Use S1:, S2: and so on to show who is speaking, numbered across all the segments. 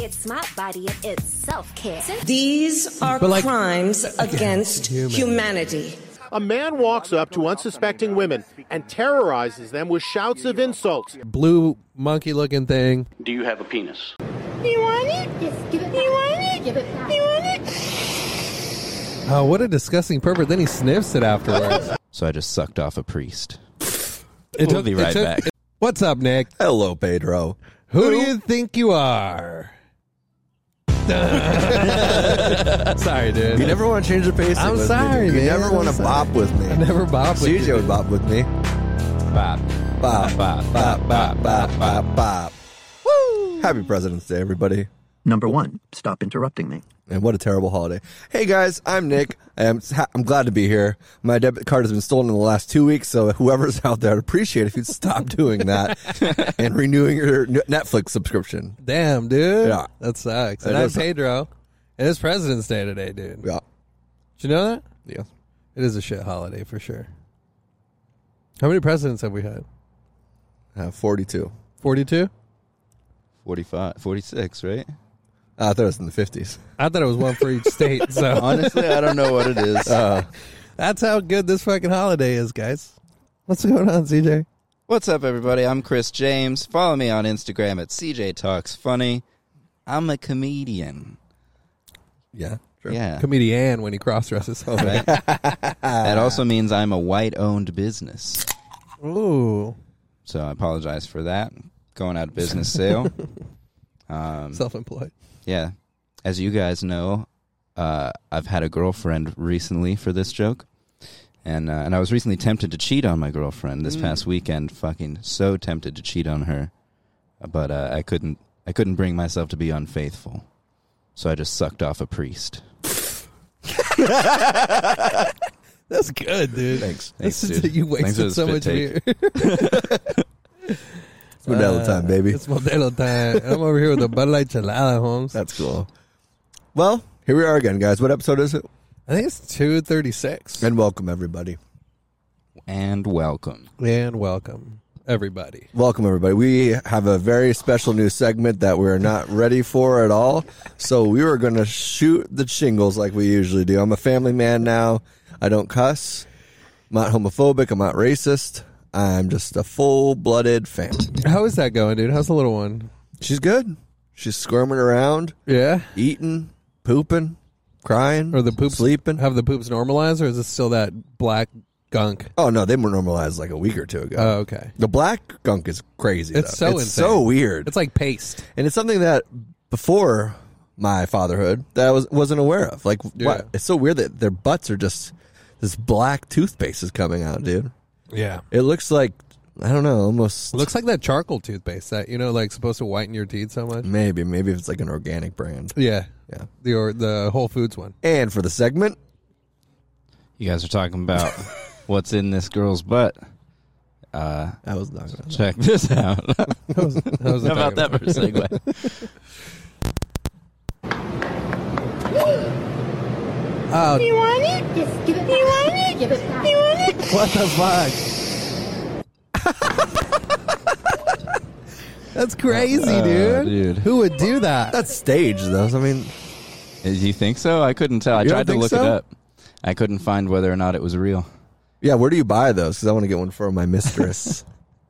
S1: It's my body and it's self care.
S2: These are
S3: But, like,
S2: crimes against
S3: humanity.
S2: humanity.
S4: A man walks up to unsuspecting women and terrorizes them with shouts of insults.
S3: Blue monkey looking thing.
S5: Do you have a penis?
S6: You want it? Yes, give it You want it? Give it You want it?
S3: Oh, what a disgusting pervert. Then he sniffs it afterwards.
S7: So I just sucked off a priest.
S3: It
S7: We'll be
S3: it
S7: right back.
S3: what's up, Nick?
S7: Hello, Pedro.
S3: Who, do you think you are? sorry, dude.
S7: You never want to change the pace.
S3: I'm
S7: with me,
S3: sorry,
S7: dude. You
S3: man.
S7: never
S3: I'm
S7: want to
S3: sorry.
S7: bop with me.
S3: I never bop with
S7: Suja
S3: you.
S7: would bop with me.
S3: Bop.
S7: Bop, bop, bop, bop, bop, bop, bop. Woo! Happy President's Day, everybody.
S8: Number one, stop interrupting me.
S7: And what a terrible holiday. Hey guys, I'm Nick. I'm, I'm glad to be here. My debit card has been stolen in the last two weeks, so whoever's out there, I'd appreciate if you'd stop doing that and renewing your Netflix subscription.
S3: Damn, dude.
S7: Yeah.
S3: That sucks.
S7: That
S3: And I'm
S7: does suck.
S3: Pedro. And it's President's Day today, dude.
S7: Yeah.
S3: Did you know that?
S7: Yeah.
S3: It is a shit holiday for sure. How many presidents have we had?
S7: Uh, 42.
S3: 42?
S9: 45, 46, right?
S7: Uh, I thought it was in the 50s.
S3: I thought it was one for each state. So
S9: Honestly, I don't know what it is.
S3: that's how good this fucking holiday is, guys. What's going on, CJ?
S9: What's up, everybody? I'm Chris James. Follow me on Instagram at CJ Talks Funny. I'm a comedian.
S7: Yeah. Sure.
S9: Yeah.
S3: Comedian when he cross dresses.
S9: right? that also means I'm a white owned business.
S3: Ooh.
S9: So I apologize for that. Going out of business sale.
S3: Self employed.
S9: Yeah. As you guys know, uh, I've had a girlfriend recently for this joke. And, uh, and I was recently tempted to cheat on my girlfriend this past weekend. Fucking so tempted to cheat on her, but uh, I couldn't. I couldn't bring myself to be unfaithful, so I just sucked off a priest.
S3: That's good, dude.
S7: Thanks.
S9: Thanks,
S3: This is-
S9: dude.
S3: You
S9: Thanks for
S3: wasted so
S9: the spit
S3: much
S9: take.
S3: beer.
S7: It's Modelo time, baby.
S3: Uh, It's Modelo time. And I'm over here with a Bud Light Chalada, Holmes.
S7: That's cool. Well, here we are again, guys. What episode is it?
S3: I think it's 236.
S7: And welcome, everybody.
S9: And welcome.
S3: And welcome, everybody.
S7: Welcome, everybody. We have a very special new segment that we're not ready for at all. So we were going to shoot the shingles like we usually do. I'm a family man now. I don't cuss. I'm not homophobic. I'm not racist. I'm just a full blooded family. man.
S3: How is that going, dude? How's the little one?
S7: She's good. She's squirming around,
S3: Yeah?
S7: eating, pooping, crying,
S3: Or the poops?
S7: sleeping.
S3: Have the poops normalized, or is it still that black gunk?
S7: Oh no, they were normalized like a week or two ago.
S3: Oh, okay.
S7: The black gunk is crazy.
S3: It's
S7: though.
S3: so
S7: it's
S3: insane.
S7: so weird.
S3: It's like paste.
S7: and it's something that before my fatherhood that I was wasn't aware of. Like
S3: Yeah.
S7: what? It's so weird that their butts are just this black toothpaste is coming out, dude.
S3: Yeah.
S7: It looks like I don't know, almost
S3: Looks like that charcoal toothpaste that, you know, like supposed to whiten your teeth so much.
S7: maybe maybe if it's like an organic brand.
S3: Yeah.
S7: Yeah.
S3: The, or, the Whole Foods one.
S7: And for the segment,
S9: You guys are talking about what's in this girl's butt.
S7: I was not gonna.
S9: Check this out. How
S3: That was the
S9: about
S3: talking
S9: that for a segue?
S6: You want it? Yes, give it You want it? Give it You want it?
S3: What the fuck? That's crazy, dude.
S9: Uh, dude.
S3: Who would do that?
S7: Uh, That's staged though. So, I mean,
S9: Uh, You think so? I couldn't tell. I
S7: You don't
S9: tried to
S7: think
S9: look it
S7: so?
S9: up. I couldn't find whether or not it was real.
S7: yeah. Where do you buy those? Because I want to get one for my mistress,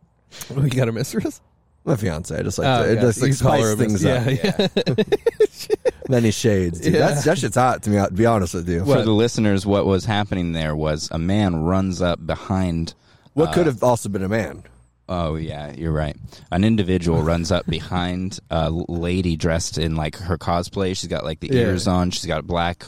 S3: we got a mistress.
S7: my fiance. I just like
S3: Oh,
S7: to, it
S3: yeah.
S7: just like
S3: You call her
S7: spice
S3: a
S7: things
S3: mistress.
S7: up.
S3: Yeah, yeah.
S7: Many shades, dude.
S3: Yeah.
S7: That's, that shit's hot to me. To be honest with you,
S9: For the listeners, what was happening there was a man runs up behind.
S3: uh,
S7: what could have also been a man?
S9: Oh yeah, you're right. An individual runs up behind a l- lady dressed in like her cosplay. She's got like the
S3: Yeah.
S9: ears on. She's got a black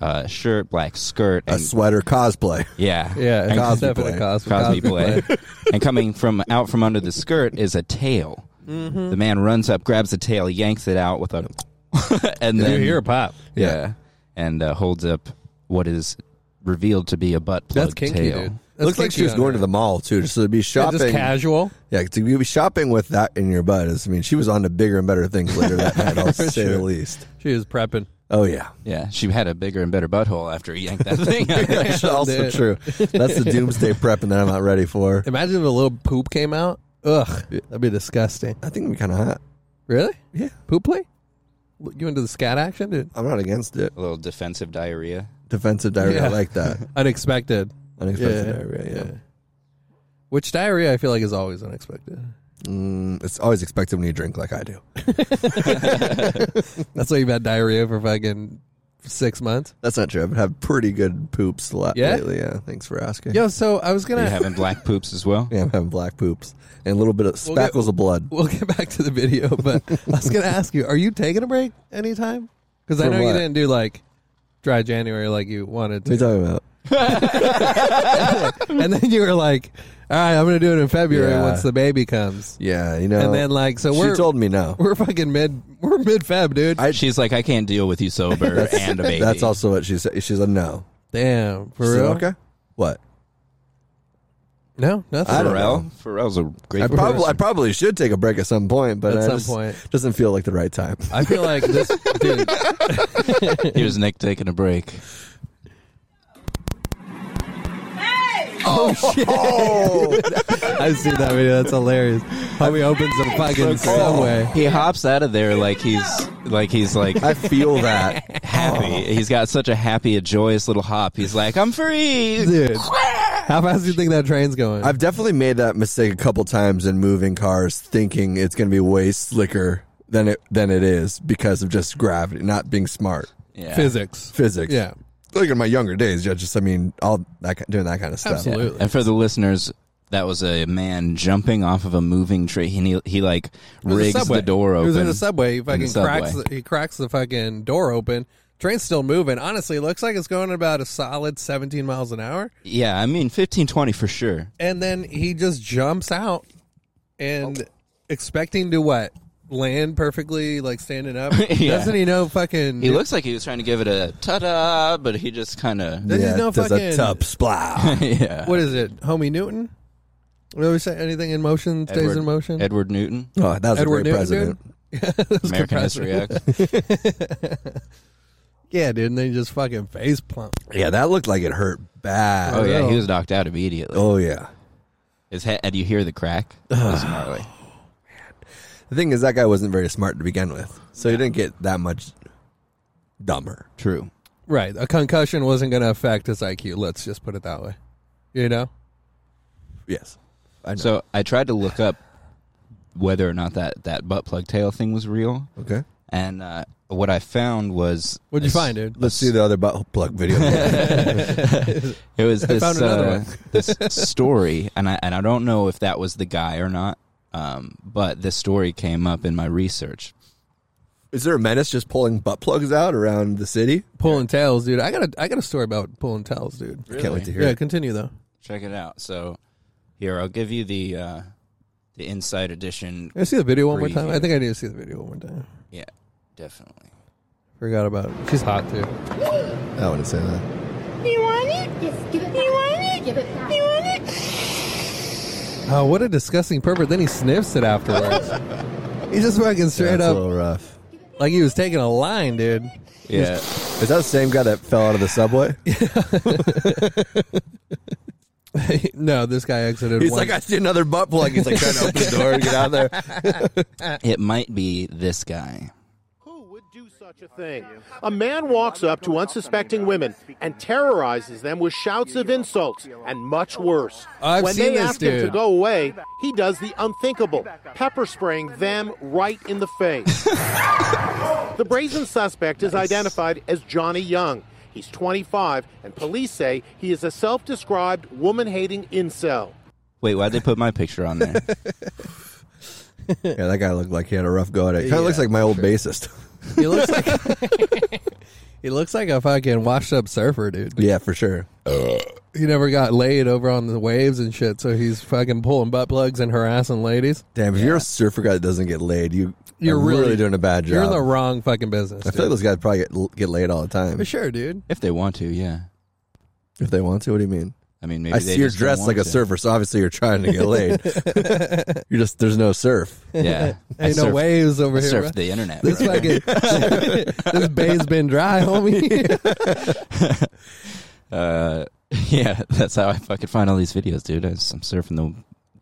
S9: uh, shirt, black skirt,
S7: A
S9: and
S7: sweater cosplay.
S9: yeah,
S3: Yeah,
S9: and
S3: it's
S7: Cosby
S3: definitely
S7: play.
S3: Cosby,
S9: Cosby play.
S3: play.
S9: and coming from out from under the skirt is a tail.
S3: Mm-hmm.
S9: The man runs up, grabs the tail, yanks it out with a, and then
S3: you hear a pop.
S9: Yeah. And uh, holds up what is revealed to be a butt plug
S3: That's kinky,
S9: tail.
S3: dude. That's
S7: Looks like
S3: kinky
S7: she was
S3: on
S7: going
S3: her.
S7: to the mall too, just to be
S3: Yeah,
S7: shopping.
S3: just casual.
S7: Yeah, to be shopping with that in your butt is. I mean, she was on to bigger and better things later that night, I'll say the
S3: sure.
S7: least.
S3: She was prepping.
S7: Oh yeah,
S9: Yeah, she had a bigger and better butthole after he yanked that thing. out.
S7: that's also true. That's the doomsday prepping that I'm not ready for.
S3: Imagine if a little poop came out. Ugh, that'd be disgusting.
S7: I think we kind of hot.
S3: Really?
S7: Yeah.
S3: Poop play? You into the scat action, dude?
S7: I'm not against it.
S9: A little defensive diarrhea.
S7: Defensive diarrhea, I
S3: Yeah.
S7: like that.
S3: Unexpected.
S7: Unexpected
S3: Yeah.
S7: diarrhea. Yeah.
S3: Which diarrhea I feel like is always unexpected.
S7: Mm, it's always expected when you drink like I do.
S3: That's why you've had diarrhea for fucking six months.
S7: That's not true. I've had pretty good poops la-
S3: Yeah?
S7: lately. Yeah. Thanks for asking.
S3: Yo, so I was
S9: Are
S3: gonna.
S9: you having black poops as well?
S7: Yeah, I'm having black poops and a little bit of
S3: We'll get-
S7: speckles of blood.
S3: We'll get back to the video, but I was gonna ask you: Are you taking a break anytime? Because I
S7: For
S3: know you
S7: what?
S3: didn't do like dry January like you wanted
S7: What are you
S3: to,
S7: talking about?
S3: and then you were like, "All right, I'm gonna do it in February
S7: Yeah.
S3: once the baby comes."
S7: Yeah, you know.
S3: And then like, so
S7: she
S3: we're
S7: told me no.
S3: we're fucking mid we're mid Feb, dude.
S9: She's like, I can't deal with you sober and a baby.
S7: That's also what she said. She said no.
S3: Damn, for
S7: She said,
S3: real?
S7: okay. What?
S3: No, nothing.
S7: I don't
S9: Pharrell. Pharrell's a great.
S7: I probably I
S9: person.
S7: probably should take a break at some point, but
S3: At
S7: I
S3: some
S7: just-
S3: point.
S7: doesn't feel like the right time.
S3: I feel like this dude.
S9: Here's Nick taking a break.
S3: I've seen that video. That's hilarious. How he opens a fucking subway.
S9: He hops out of there like he's like he's like
S7: I feel that.
S9: happy. He's got such a happy, a joyous little hop. He's like, I'm free.
S3: Dude, how fast do you think that train's going?
S7: I've definitely made that mistake a couple times in moving cars, thinking it's going to be way slicker than it than it is because of just gravity, not being smart,
S9: Yeah.
S3: Physics.
S7: physics.
S3: Yeah,
S7: Like in my younger days, yeah, just I mean, all that ki- doing that kind of stuff.
S3: absolutely.
S9: And for the listeners, that was a man jumping off of a moving tree. He he like
S3: It was a
S9: rigs
S3: subway.
S9: the door
S3: He
S9: open.
S3: was in a subway. He fucking
S9: subway.
S3: cracks. The, he cracks the fucking door open. Train's still moving. Honestly, it looks like it's going about a solid 17 miles an hour.
S9: Yeah, I mean fifteen twenty for sure.
S3: And then he just jumps out and expecting to what? Land perfectly, like standing up.
S9: Yeah.
S3: Doesn't he know fucking?
S9: He looks like he was trying to give it a ta-da, but he just kind of
S3: Doesn't
S7: Yeah,
S3: he know
S7: it does
S3: fucking?
S7: a tub splow.
S9: yeah.
S3: What is it, homie Newton? We always say anything in motion stays in motion.
S9: Edward Newton,
S7: oh, that was
S3: Edward
S7: a great
S3: Newton,
S7: president.
S9: American History X.
S3: yeah, dude. And then he just fucking face plump.
S7: Yeah, that looked like it hurt bad.
S9: Oh yeah,
S3: no.
S9: he was knocked out immediately.
S7: Oh yeah.
S9: His head, and you hear the crack. It was gnarly.
S7: The thing is, that guy wasn't very smart to begin with, so he didn't get that much dumber.
S9: True.
S3: Right. A concussion wasn't going to affect his IQ. Let's just put it that way. You know?
S7: Yes.
S9: So I tried to look up whether or not that that butt plug tail thing was real,
S7: Okay.
S9: and uh, what I found was
S3: What'd you
S9: this-
S3: find, dude?
S7: Let's see the other butt plug video.
S9: It was this
S3: found another
S9: uh,
S3: one.
S9: this story, and I and I don't know if that was the guy or not, um, but this story came up in my research.
S7: is there a menace just pulling butt plugs out around the city?
S3: Pulling tails, dude. I got a I got a story about pulling tails, dude.
S7: Can't wait to hear
S3: Yeah,
S7: it.
S3: continue though.
S9: Check it out. So here, I'll give you the uh, the inside edition.
S3: Can I see the video one more
S9: Breathe.
S3: time? I think I need to see the video one more time.
S9: Yeah, definitely.
S3: Forgot about it. She's hot too.
S7: I wouldn't say that.
S6: You want it? Just give it back. You want it? Give it back. You want it?
S3: Oh, what a disgusting pervert. Then he sniffs it afterwards. He's just fucking straight
S7: That's a
S3: up
S7: little rough.
S3: like he was taking a line, dude.
S9: Yeah,
S7: Is that the same guy that fell out of the subway?
S3: no, this guy exited
S7: He's
S3: one-
S7: like, I see another butt plug. He's like trying to open the door and get out of there.
S9: it might be this guy.
S4: Who would do such a thing? A man walks up to unsuspecting women and terrorizes them with shouts of insults and much worse.
S3: I've
S4: when
S3: seen
S4: they
S3: this
S4: ask him to
S3: dude.
S4: go away, he does the unthinkable, pepper spraying them right in the face. the brazen suspect is identified as Johnny Young. He's 25, and police say he is a self described woman hating incel.
S9: Wait, why'd they put my picture on there?
S7: Yeah, that guy looked like he had a rough go at it. Kind of looks like my old bassist.
S3: He looks like He looks like a fucking washed up surfer, dude.
S7: yeah, for sure.
S3: he never got laid over on the waves and shit, so he's fucking pulling butt plugs and harassing ladies.
S7: Damn, if you're a surfer guy that doesn't get laid, you
S3: You're
S7: are really, doing a bad job.
S3: You're in the wrong fucking business.
S7: I feel like
S3: dude.
S7: those guys probably get, get laid all the time
S3: For sure, dude.
S9: if they want to, yeah.
S7: if they want to. What do you mean?
S9: I mean, maybe
S7: I
S9: they
S7: see you're
S9: just don't
S7: dressed
S9: want
S7: like a
S9: to.
S7: surfer, so obviously you're trying to get laid. you're just there's no surf.
S9: Yeah, I
S3: Ain't no
S9: surf-
S3: waves
S9: I
S3: over here.
S9: surf
S3: bro.
S9: the internet.
S3: This
S9: bro.
S3: fucking this bay's been dry, homie.
S9: Uh, yeah, that's how I fucking find all these videos, dude. I am surfing the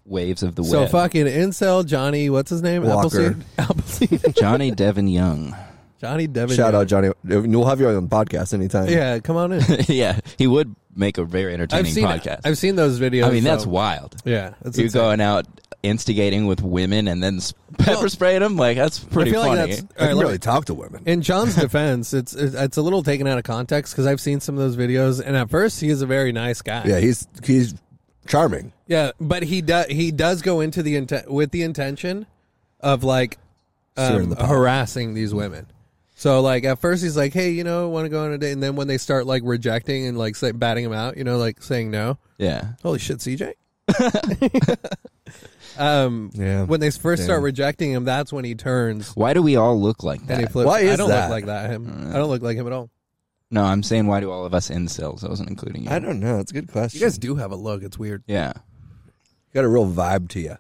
S9: waves of the
S3: so
S9: web.
S3: fucking incel Johnny, what's his name?
S7: Walker.
S3: Appleseed. Appleseed.
S9: Johnny Devin Young.
S3: Johnny Devin.
S7: Shout out, Johnny. We'll have you on the podcast anytime.
S3: Yeah, come on in.
S9: yeah, he would make a very entertaining
S3: I've seen
S9: podcast.
S3: I've seen those videos.
S9: I mean, that's
S3: so-
S9: wild.
S3: Yeah, that's
S9: You're
S3: insane.
S9: going out instigating with women and then s- pepper spraying them like that's pretty
S3: I feel
S9: funny.
S3: like that's
S7: I
S3: all right,
S7: can
S3: let me-
S7: really talk to women.
S3: In John's defense, it's it's it's a little taken out of context because I've seen some of those videos, and at first he is a very nice guy.
S7: yeah, he's he's charming.
S3: Yeah, but he does he does go into the intent with the intention of like
S7: Searing
S3: um,
S7: the pot.
S3: harassing these women. So like at first he's like, hey, you know, want to go on a date, and then when they start like rejecting and like say, batting him out, you know, like saying no.
S9: yeah.
S3: Holy shit, CJ. um,
S7: Yeah.
S3: when they first
S7: Yeah.
S3: start rejecting him, that's when he turns
S9: Why do we all look like
S3: and he
S9: that?
S3: flips.
S7: Why
S3: I
S7: is
S3: don't
S7: that?
S3: look like that. Him, I don't look like him at all.
S9: No, I'm saying why do all of us incels? I wasn't including you.
S7: I don't know. It's a good question.
S3: You guys do have a look. It's weird.
S9: yeah,
S7: got a real vibe to you.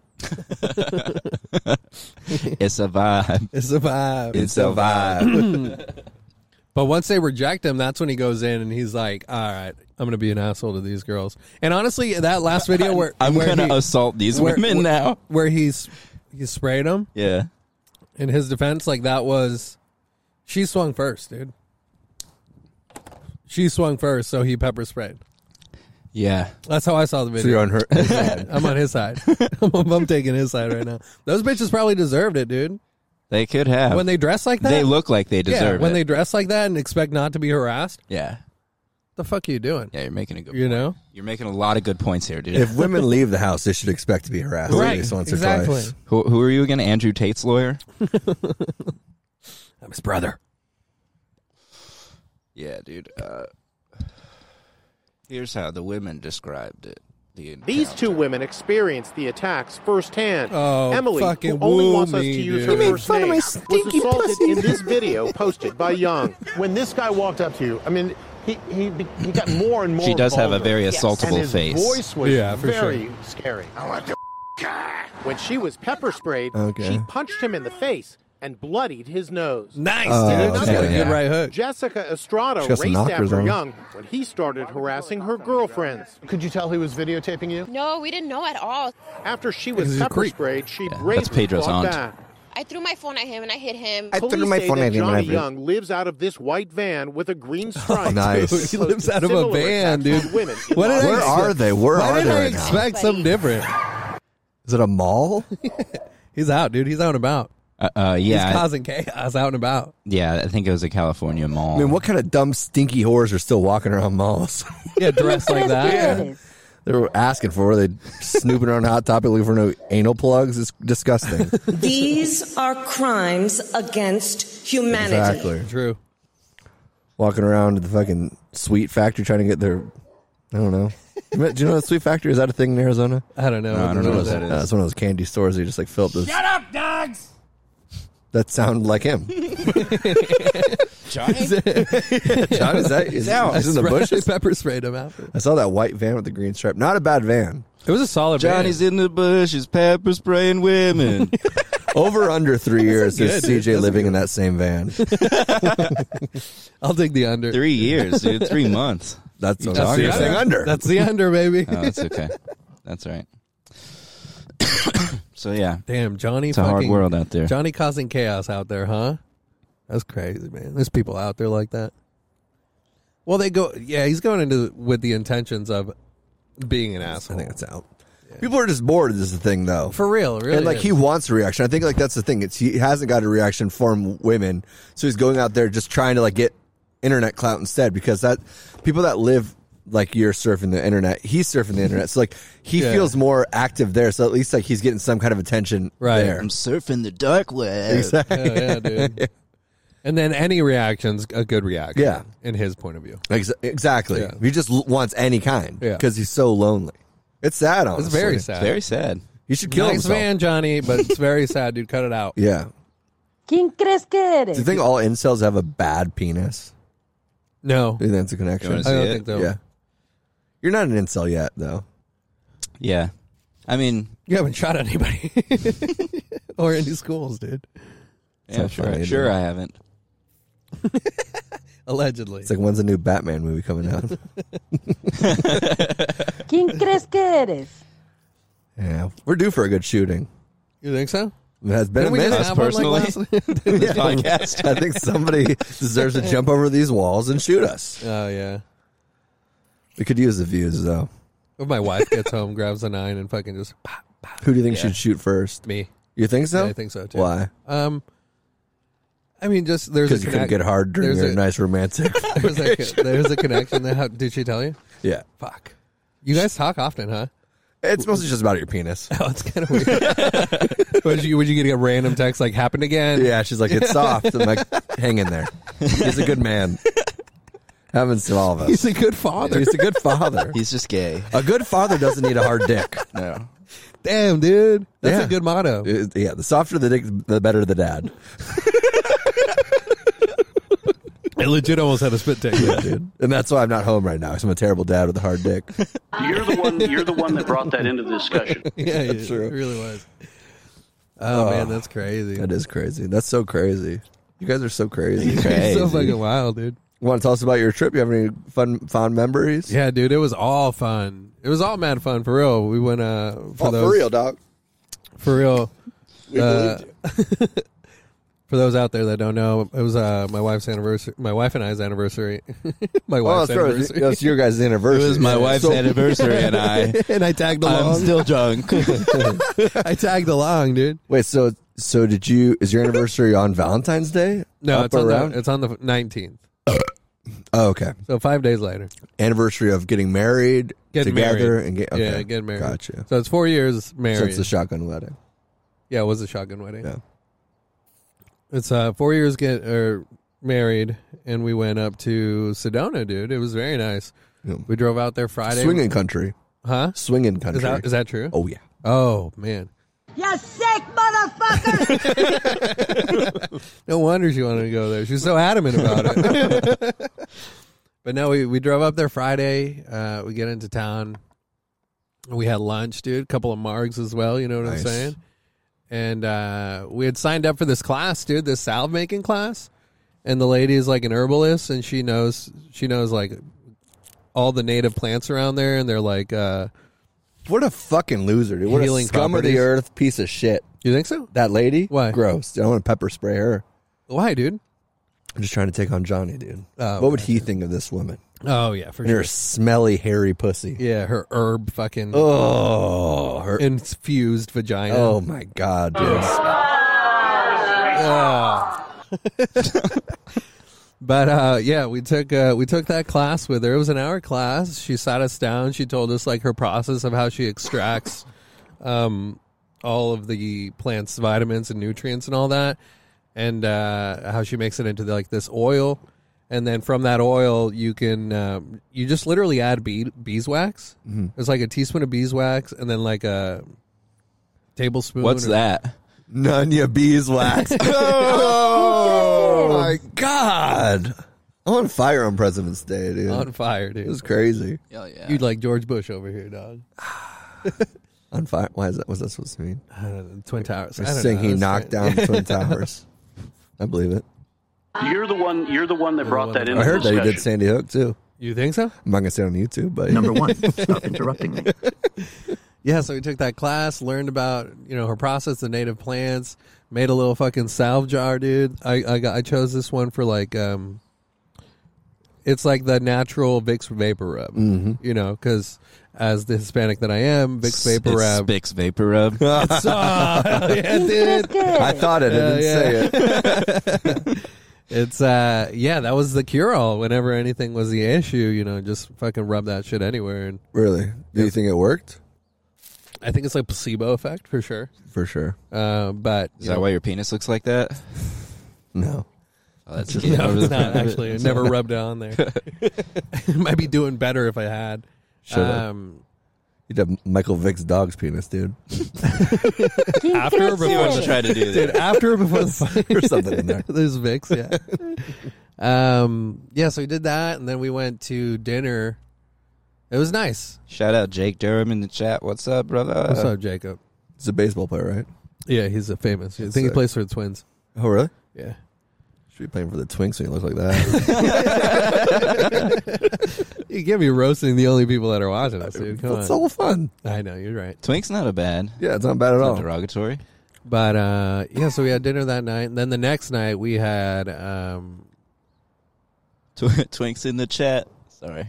S9: it's a vibe.
S3: It's a vibe.
S9: It's a vibe.
S3: But once they reject him, that's when he goes in and he's like, "All right, I'm gonna be an asshole to these girls." And honestly, that last video where
S9: I'm
S3: where
S9: gonna
S3: he,
S9: assault these
S3: where-
S9: women
S3: where-
S9: now.
S3: where he's he sprayed him
S9: Yeah,
S3: in his defense, like that was she swung first, dude. She swung first, so he pepper sprayed.
S9: yeah.
S3: That's how I saw the
S7: So
S3: video.
S7: you're on her.
S3: I'm on his side. I'm, I'm taking his side right now. Those bitches probably deserved it, dude.
S9: They could have
S3: When they dress like that,
S9: They look like they
S3: yeah.
S9: deserve
S3: When they
S9: it.
S3: dress like that and expect not to be harassed,
S9: yeah,
S3: the fuck are you doing?
S9: yeah. You're making a good.
S3: You
S9: point.
S3: know.
S9: You're making a lot of good points here, dude.
S7: if women leave the house, they should expect to be harassed at least once or twice.
S9: who, who are you again? Andrew Tate's lawyer.
S3: I'm his brother.
S9: Yeah, dude. Uh, here's how the women described it. The
S4: These two women experienced the attacks firsthand.
S3: Oh,
S4: Emily, who
S3: fucking
S4: only
S3: woo
S4: wants us to
S3: me, dude.
S4: use her
S3: You made
S4: first
S7: fun of
S4: name,
S7: my
S4: was
S7: stinky
S4: assaulted
S7: pussy.
S4: in this video posted by Young. When this guy walked up to you, I mean, he he, be- he got more and more.
S9: She does have a
S4: vulgar.
S9: very assaultable
S4: and his
S9: face.
S4: Voice was
S3: Yeah, for
S4: very scary. I want the when she was pepper sprayed,
S7: Okay.
S4: she punched him in the face and bloodied his nose.
S3: Nice,
S7: Oh,
S3: dude. That's
S7: okay,
S3: a good
S9: yeah.
S3: right hook.
S4: Jessica Estrada
S7: She got
S4: raced
S7: some knockers
S4: after
S7: on her.
S4: Young when he started harassing her girlfriends.
S5: Could you tell he was videotaping you?
S6: No, we didn't know at all.
S4: After she
S3: This
S4: was
S3: is a
S4: pepper
S3: creep.
S4: sprayed, she
S9: that's
S4: bravely
S9: Pedro's
S4: fought
S9: aunt.
S4: back.
S6: I threw my phone at him and I hit him.
S7: I-
S4: Police
S7: threw my
S4: say
S7: phone
S4: that
S7: at him and I
S4: Johnny
S7: threw-
S4: Young lives out of this white van with a green
S3: Oh,
S4: stripe.
S7: Nice.
S3: Dude, he lives out of a van, dude.
S4: Women in
S3: What did
S4: Los
S3: I
S7: Where
S3: expect-
S7: are they? Where
S3: Why
S7: are
S3: did
S7: they
S3: I
S7: right now?
S3: expect something different?
S7: Is it a mall?
S3: He's out, dude. He's out and about.
S9: uh, uh,
S3: He's
S9: yeah,
S3: causing chaos out and about.
S9: yeah. I think it was a California mall.
S7: I mean, what kind of dumb, stinky whores are still walking around malls?
S3: Yeah, dressed like that.
S7: they were asking for. Were they snooping around Hot Topic looking for no anal plugs? It's disgusting.
S2: These are crimes against humanity.
S7: exactly.
S3: True.
S7: Walking around the fucking sweet factory trying to get their, I don't know. Do you know the sweet factory? Is that a thing in Arizona?
S3: I don't know.
S9: I don't know
S3: What
S9: what that
S3: that
S9: is.
S3: is.
S7: Uh, it's one of those candy stores. They just like fill up those. Shut up, dogs. That sound like him.
S9: Johnny?
S7: John, is that is, is in the bushes?
S3: Pepper sprayed him after.
S7: I saw that white van with the green stripe. Not a bad van.
S3: It was a solid.
S9: Johnny's in the bushes, pepper spraying women.
S7: Over under three years is
S3: good, dude.
S7: CJ living in that same van.
S3: I'll dig the under.
S9: Three years, dude. Three months.
S7: That's what
S3: That's
S7: I'm
S3: the
S7: saying.
S3: under.
S7: Under.
S3: That's the under, baby.
S9: Oh, that's okay. That's all right. so yeah,
S3: Damn, Johnny.
S9: it's a hard
S3: fucking-
S9: world out there.
S3: Johnny causing chaos out there, huh? That's crazy, man. There's people out there like that. Well, they go. Yeah, he's going into with the intentions of being an
S7: I
S3: asshole.
S7: think it's out. People are just bored. Is the thing though.
S3: For real, really.
S7: and like
S3: is.
S7: he wants a reaction. I think like that's the thing. It's he hasn't got a reaction from women, so he's going out there just trying to like get internet clout instead because that people that live like you're surfing the internet, he's surfing the internet. So like he
S3: Yeah.
S7: feels more active there. So at least like he's getting some kind of attention
S3: Right.
S7: there.
S9: I'm surfing the dark web.
S7: Exactly.
S3: Oh, yeah, dude. And then any reaction's a good reaction.
S7: Yeah.
S3: In his point of view.
S7: Ex- exactly.
S3: Yeah.
S7: He just l- wants any kind
S3: Yeah.
S7: because he's so lonely. It's sad. Honestly,
S3: It's very
S9: It's
S3: sad.
S9: very sad.
S7: You should kill
S3: nice
S7: himself.
S3: man, Johnny, but it's very sad, dude. Cut it out.
S7: Yeah.
S10: ¿Quién crees que
S7: Do you
S10: eres?
S7: think all incels have a bad penis?
S3: No.
S7: Do you think that's a connection?
S9: Jonas.
S3: I don't
S9: it?
S3: think so.
S7: Yeah. You're not an incel yet, though.
S9: Yeah, I mean,
S3: You haven't shot anybody. or any schools, dude.
S9: yeah,
S7: not
S9: sure,
S7: funny,
S9: sure,
S7: dude.
S9: I haven't.
S3: Allegedly.
S7: It's like when's the new Batman movie coming out?
S10: ¿Quién crees que eres?
S7: yeah, we're due for a good shooting.
S3: you think so?
S7: It has been a
S3: Didn't we
S7: minute.
S3: just have one like
S9: personally.
S3: last- Did we-
S9: This podcast.
S7: I think somebody deserves to jump over these walls and shoot us.
S3: oh yeah.
S7: We could use the views though.
S3: If my wife gets home, grabs a nine, and fucking just pop
S7: Who do you think should shoot first?
S3: me.
S7: You think so?
S3: Yeah, I think so too.
S7: Why?
S3: Um, I mean, just there's a
S7: Because you couldn't
S3: connect-
S7: get hard during
S3: there's
S7: your
S3: a-
S7: nice romantic.
S3: There's a, there's a connection. There. How, did she tell you?
S7: yeah,
S3: Fuck. You guys talk often, huh?
S7: it's mostly just about your penis.
S3: Oh, it's kind of weird. would you would you get a random text like happened again?
S7: Yeah, she's like, it's soft. I'm like, hang in there. He's a good man. Happens to all of us.
S3: He's a good father.
S7: He's a good father.
S9: He's just gay.
S7: A good father doesn't need a hard dick.
S9: No.
S3: Damn, dude. That's
S7: Yeah.
S3: a good motto.
S7: It- yeah, the softer the dick, the better the dad.
S3: I legit almost had a spit take.
S7: Yeah, dude. And that's why I'm not home right now. 'cause I'm a terrible dad with a hard dick.
S11: You're the one. You're the one that brought that into the discussion.
S3: yeah, it
S7: true.
S3: really was. Oh, man, that's crazy.
S7: That is crazy. That's so crazy. You guys are so crazy.
S9: Crazy.
S3: so fucking wild, dude.
S7: Want to tell us about your trip? You have any fun, fond memories?
S3: Yeah, dude, it was all fun. It was all mad fun for real. We went uh for
S7: Oh,
S3: those
S7: for real, dog.
S3: for real.
S7: We
S3: Uh,
S7: believed you.
S3: for those out there that don't know, it was uh my wife's anniversary. My wife and I's anniversary. my
S7: Well,
S3: wife's
S7: Oh, that's right. It
S3: anniversary.
S7: was your guys'
S9: It
S7: anniversary.
S9: was my
S7: So-
S9: wife's anniversary, and I.
S3: and I tagged
S7: Um,
S9: I'm
S3: along.
S9: still drunk.
S3: I tagged along, dude.
S7: Wait, so so did you? Is your anniversary on Valentine's Day?
S3: No,
S7: Up
S3: it's on,
S7: around.
S3: the, it's on the 19th.
S7: oh, okay.
S3: So five days later,
S7: Anniversary of getting married
S3: get
S7: together
S3: married.
S7: and get okay.
S3: Yeah, get married.
S7: Gotcha.
S3: So it's four years married.
S7: Since the shotgun wedding.
S3: yeah, it was a shotgun wedding.
S7: Yeah.
S3: It's uh four years get or married, and we went up to Sedona, dude. It was very nice.
S7: Yeah.
S3: We drove out there Friday.
S7: Swinging country.
S3: huh?
S7: Swinging country.
S3: Is that is that true?
S7: oh yeah.
S3: Oh man,
S10: You sick motherfucker!
S3: no wonder she wanted to go there. She was so adamant about it. but no, we we drove up there Friday. Uh, we get into town. We had lunch, dude. A couple of margs as well. You know what
S7: Nice.
S3: I'm saying? And uh, we had signed up for this class, dude. This salve making class. And the lady is like an herbalist, and she knows she knows like all the native plants around there, and they're like, uh,
S7: What a fucking loser, dude. What
S3: Healing
S7: a scum of
S3: properties.
S7: the earth piece of shit.
S3: you think so?
S7: That lady?
S3: Why?
S7: Gross. Dude, I want to pepper spray her.
S3: Why, dude?
S7: I'm just trying to take on Johnny, dude.
S3: Oh,
S7: what would he think of this woman?
S3: Oh yeah, for
S7: And her
S3: sure.
S7: smelly, hairy pussy.
S3: Yeah, her herb fucking
S7: Oh, her.
S3: infused vagina.
S7: Oh my god, dude.
S3: But uh, yeah, we took uh, we took that class with her. It was an hour class. She sat us down. She told us like her process of how she extracts um, all of the plants' vitamins and nutrients and all that, and uh, how she makes it into like this oil. And then from that oil, you can um, you just literally add bee- beeswax.
S7: Mm-hmm.
S3: It's like a teaspoon of beeswax, and then like a tablespoon.
S9: What's
S3: or-
S9: that?
S7: None your beeswax. oh my god. I'm on fire on President's Day, dude.
S3: on fire,
S7: It was
S3: dude?
S7: crazy.
S9: Hell yeah.
S3: You'd like George Bush over here, dog.
S7: On fire. Why is that? What's that supposed to mean?
S3: Twin Towers.
S7: They're
S3: I don't
S7: saying
S3: know.
S7: he
S3: It's
S7: knocked
S3: fine.
S7: down the Twin Towers. I believe it.
S11: You're the one. You're the one that brought that into
S7: I heard
S11: the
S7: that he
S11: discussion.
S7: did Sandy Hook too.
S3: You think so?
S7: I'm not gonna say it on YouTube, but
S9: Number one, stop interrupting me.
S3: Yeah, so we took that class, learned about you know her process, the native plants, made a little fucking salve jar, dude. I I, got, I chose this one for like um, it's like the natural Vicks vapor rub, you know, because as the Hispanic that I am, Vicks vapor rub.
S9: Spix Vapor Rub.
S3: So, yeah, dude.
S7: I thought it. I didn't
S3: yeah.
S7: say it.
S3: It's uh yeah, that was the cure all. Whenever anything was the issue, you know, just fucking rub that shit anywhere, and
S7: Really? Do you think it worked?
S3: I think it's like placebo effect for sure.
S7: For sure.
S3: Uh, but
S9: Is that why your penis looks like that?
S7: No.
S9: Oh, that's
S3: No, it's not actually. It never rubbed on there. Might be doing better if I had.
S7: Shut up.
S3: um,
S7: You'd have Michael Vick's dog's penis, dude,
S3: after or before
S9: to
S3: the
S9: try to do
S3: dude,
S9: that.
S3: after or before the fight.
S7: or something in there.
S3: There's Vix, yeah. um, yeah, so we did that, and then we went to dinner. It was nice.
S9: Shout out Jake Durham in the chat. What's up, brother?
S3: What's up, Jacob?
S7: He's a baseball player, right?
S3: Yeah, he's a famous. I think he
S7: sick.
S3: plays for the Twins.
S7: Oh, really?
S3: Yeah.
S7: Should be playing for the Twinks when you look like that.
S3: You can't be roasting the only people that are watching us, dude. Come
S7: That's
S3: on.
S7: all fun.
S3: I know, you're right.
S9: Twink's not a bad.
S7: Yeah, it's not bad at
S9: Not
S7: all.
S9: derogatory.
S3: But uh, yeah, so we had dinner that night, and then the next night we had um,
S9: Tw- Twink's in the chat. Sorry.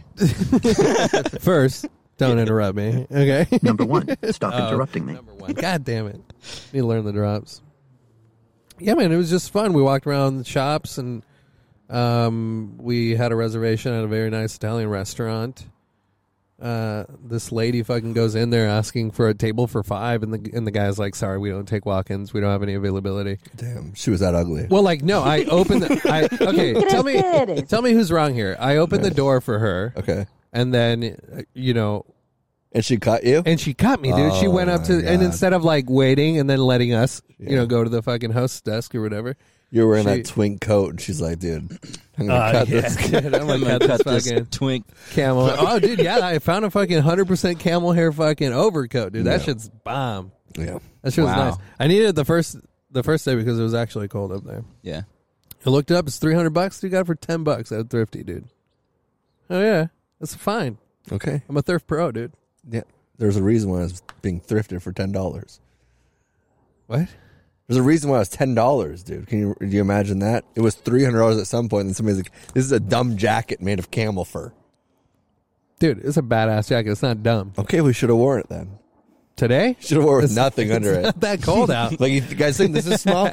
S3: first. Don't interrupt me, okay?
S9: Number one, stop interrupting me.
S3: Number one. God damn it! Need to learn the drops. Yeah, man, it was just fun. We walked around the shops, and um, we had a reservation at a very nice Italian restaurant. Uh, this lady fucking goes in there asking for a table for five, and the and the guy's like, "Sorry, we don't take walk-ins. We don't have any availability."
S7: Damn, she was that ugly.
S3: Well, like, no, I opened. The, I okay. Tell me, tell me who's wrong here. I opened the door for her,
S7: okay,
S3: and then uh, you know,
S7: and she cut you.
S3: and she cut me, dude. she
S7: Oh,
S3: went up to,
S7: my
S3: and
S7: God.
S3: instead of like waiting and then letting us, you
S7: Yeah.
S3: know, go to the fucking host desk or whatever,
S7: you were in
S3: she- Uh,
S7: that twink coat, and she's like, "Dude, I'm gonna cut this."
S3: Dude, I'm gonna cut this fucking
S9: twink.
S3: camel. Oh, dude, yeah, I found a fucking hundred percent camel hair fucking overcoat, dude. That
S7: Yeah.
S3: shit's bomb.
S7: Yeah,
S3: That shit was
S9: Wow.
S3: nice. I needed it the first the first day because it was actually cold up there.
S9: Yeah.
S3: I looked it up. It's three hundred bucks. You got it for ten bucks at Thrifty, dude. Oh yeah, that's fine.
S7: okay.
S3: I'm a thrift pro, dude.
S7: Yeah, there's a reason why I was being thrifted for ten dollars.
S3: What?
S7: There's a reason why it was ten dollars, dude. Can you do you imagine that? It was three hundred dollars at some point, and somebody's like, "This is a dumb jacket made of camel fur."
S3: Dude, it's a badass jacket. It's not dumb.
S7: Okay, we should have worn it then.
S3: Today,
S7: Should have worn it with nothing under it.
S3: not that cold out.
S7: Like you guys think this is small?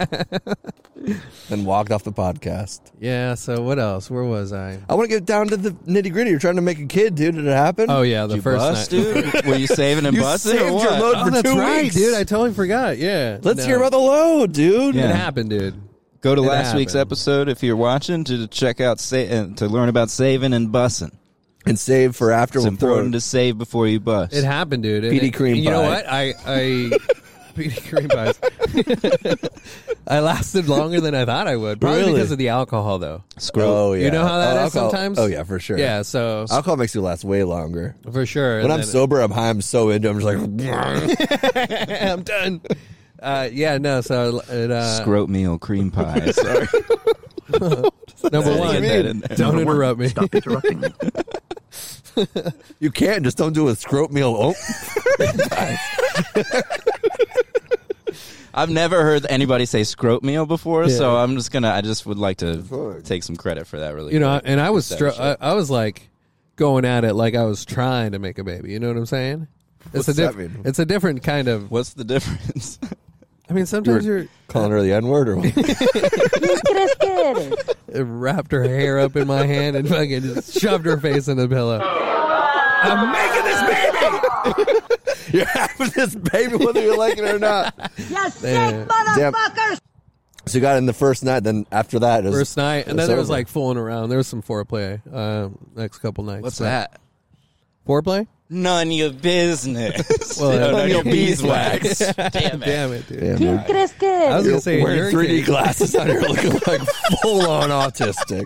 S7: then walked off the podcast.
S3: Yeah, so what else? Where was I?
S7: I want to get down to the nitty gritty. You're trying to make a kid, dude. Did it happen?
S3: Oh yeah, the
S9: you
S3: first
S9: bust,
S3: night.
S9: dude? Were you saving and
S7: You
S9: busting or
S7: saved your
S9: what?
S7: load
S3: Oh,
S7: for
S3: that's
S7: two
S3: right,
S7: weeks.
S3: dude. I totally forgot. Yeah.
S7: Let's
S3: No.
S7: hear about the load, dude.
S3: It
S9: Yeah.
S3: happened, dude.
S9: Go to
S3: It
S9: last week's
S3: happened.
S9: episode if you're watching to check out sa- uh, to learn about saving and bussing.
S7: And save for after.
S9: It's
S7: we'll throw
S9: important to save before you bust.
S3: It happened, dude. And
S7: Petey
S3: it-
S7: cream
S3: and You know
S7: pie.
S3: what? I I Petey cream pies. I lasted longer than I thought I would. Probably
S7: Really?
S3: because of the alcohol, though.
S9: Screw.
S7: Oh yeah.
S3: You know how that
S7: Oh,
S3: is
S7: alcohol-
S3: sometimes.
S7: Oh yeah, for sure.
S3: Yeah. So
S7: Alcohol makes you last way longer.
S3: for sure.
S7: When
S3: and
S7: I'm
S3: then-
S7: sober, I'm high. I'm so into. it, I'm just like.
S3: I'm done. Uh, yeah. No. So it, uh,
S9: Scrote meal cream pie. Sorry.
S3: number
S9: Get
S3: one,
S9: that in there.
S3: don't interrupt me.
S8: Stop interrupting me.
S7: you can't just don't do it with scrope meal. Oh,
S9: I've never heard anybody say scrote meal before,
S3: Yeah.
S9: so I'm just gonna. I just would like to take some credit for that. Really,
S3: you know
S9: quick.
S3: and i was
S9: That
S3: str-
S9: shit.
S3: I, I was like going at it like i was trying to make a baby you know what i'm saying it's
S7: What's
S3: a
S7: that
S3: different
S7: mean?
S3: it's a different kind of
S9: What's the difference?
S3: i mean sometimes
S7: You're-
S3: you're
S7: calling her the N word or what?
S3: uh, wrapped her hair up in my hand and fucking just shoved her face in the pillow i'm making this baby
S7: you're having this baby whether you like it or not.
S10: You sick motherfuckers!
S7: So you got in the first night. Then after that, it was,
S3: first night
S7: it
S3: and then there was
S7: over.
S3: like fooling around there was some foreplay uh, next couple nights
S9: What's
S3: So-
S9: that?
S3: foreplay
S9: None your business.
S3: Well,
S9: None
S3: that's-
S9: your beeswax.
S3: damn it, dude
S7: Damn, dude.
S3: i was gonna say in
S7: wearing
S3: your
S7: 3D
S3: case-
S7: glasses on, you're looking like full on autistic.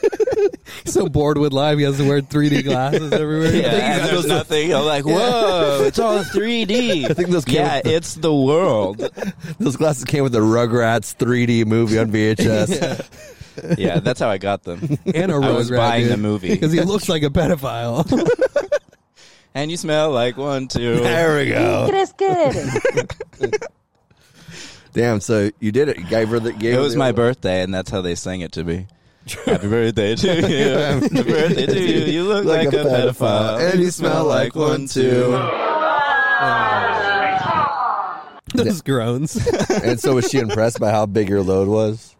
S3: so bored with life he has to wear 3D glasses everywhere
S9: Yeah, and there's nothing. I'm like, whoa, it's all 3D. I
S7: think those came
S9: yeah,
S7: with the-
S9: it's the world.
S7: Those glasses came with the Rugrats 3D movie on VHS.
S9: Yeah, that's how I got them.
S3: and a
S9: I was
S3: Rugrats,
S9: buying
S3: dude.
S9: the movie.
S3: because he looks like a pedophile.
S9: And you smell like one, two.
S7: There we go. Damn. So you did it. You gave her the. Gave
S9: It
S7: her
S9: was
S7: the
S9: my
S7: old-
S9: birthday, and that's how they sang it to me. Happy birthday to you. Happy birthday to you. You look like, a pedophile.
S7: And you smell like one, too.
S3: Those groans.
S7: And so was she impressed by how big your load was?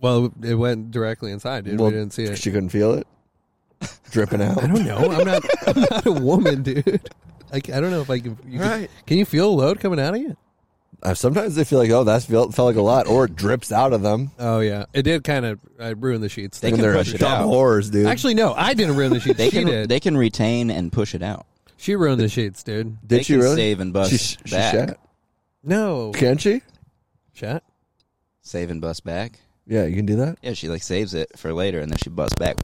S3: well, it went directly inside, dude. we didn't see it.
S7: She couldn't feel it dripping out.
S3: I don't know. I'm not. I'm not a woman, dude. Like I don't know if I can. You can,
S7: Right.
S3: can you feel a load coming out of you?
S7: Uh, Sometimes they feel like, oh, that felt, felt like a lot, or it drips out of them.
S3: Oh yeah, it did kind of. I ruined the sheets.
S9: They
S3: though.
S9: can
S7: They're
S9: push it out.
S7: dumb whores, dude.
S3: Actually, no, I didn't ruin the sheets.
S9: They
S3: she
S9: can
S3: did.
S9: they can retain and push it out.
S3: she ruined the sheets, dude.
S7: did
S9: they
S7: she
S9: can
S7: really
S9: save and bust
S7: She, she
S9: back.
S7: shat?
S3: No,
S7: Can she?
S3: chat.
S9: Save and bust back.
S7: Yeah, you can do that.
S9: Yeah, she like saves it for later, and then she busts back,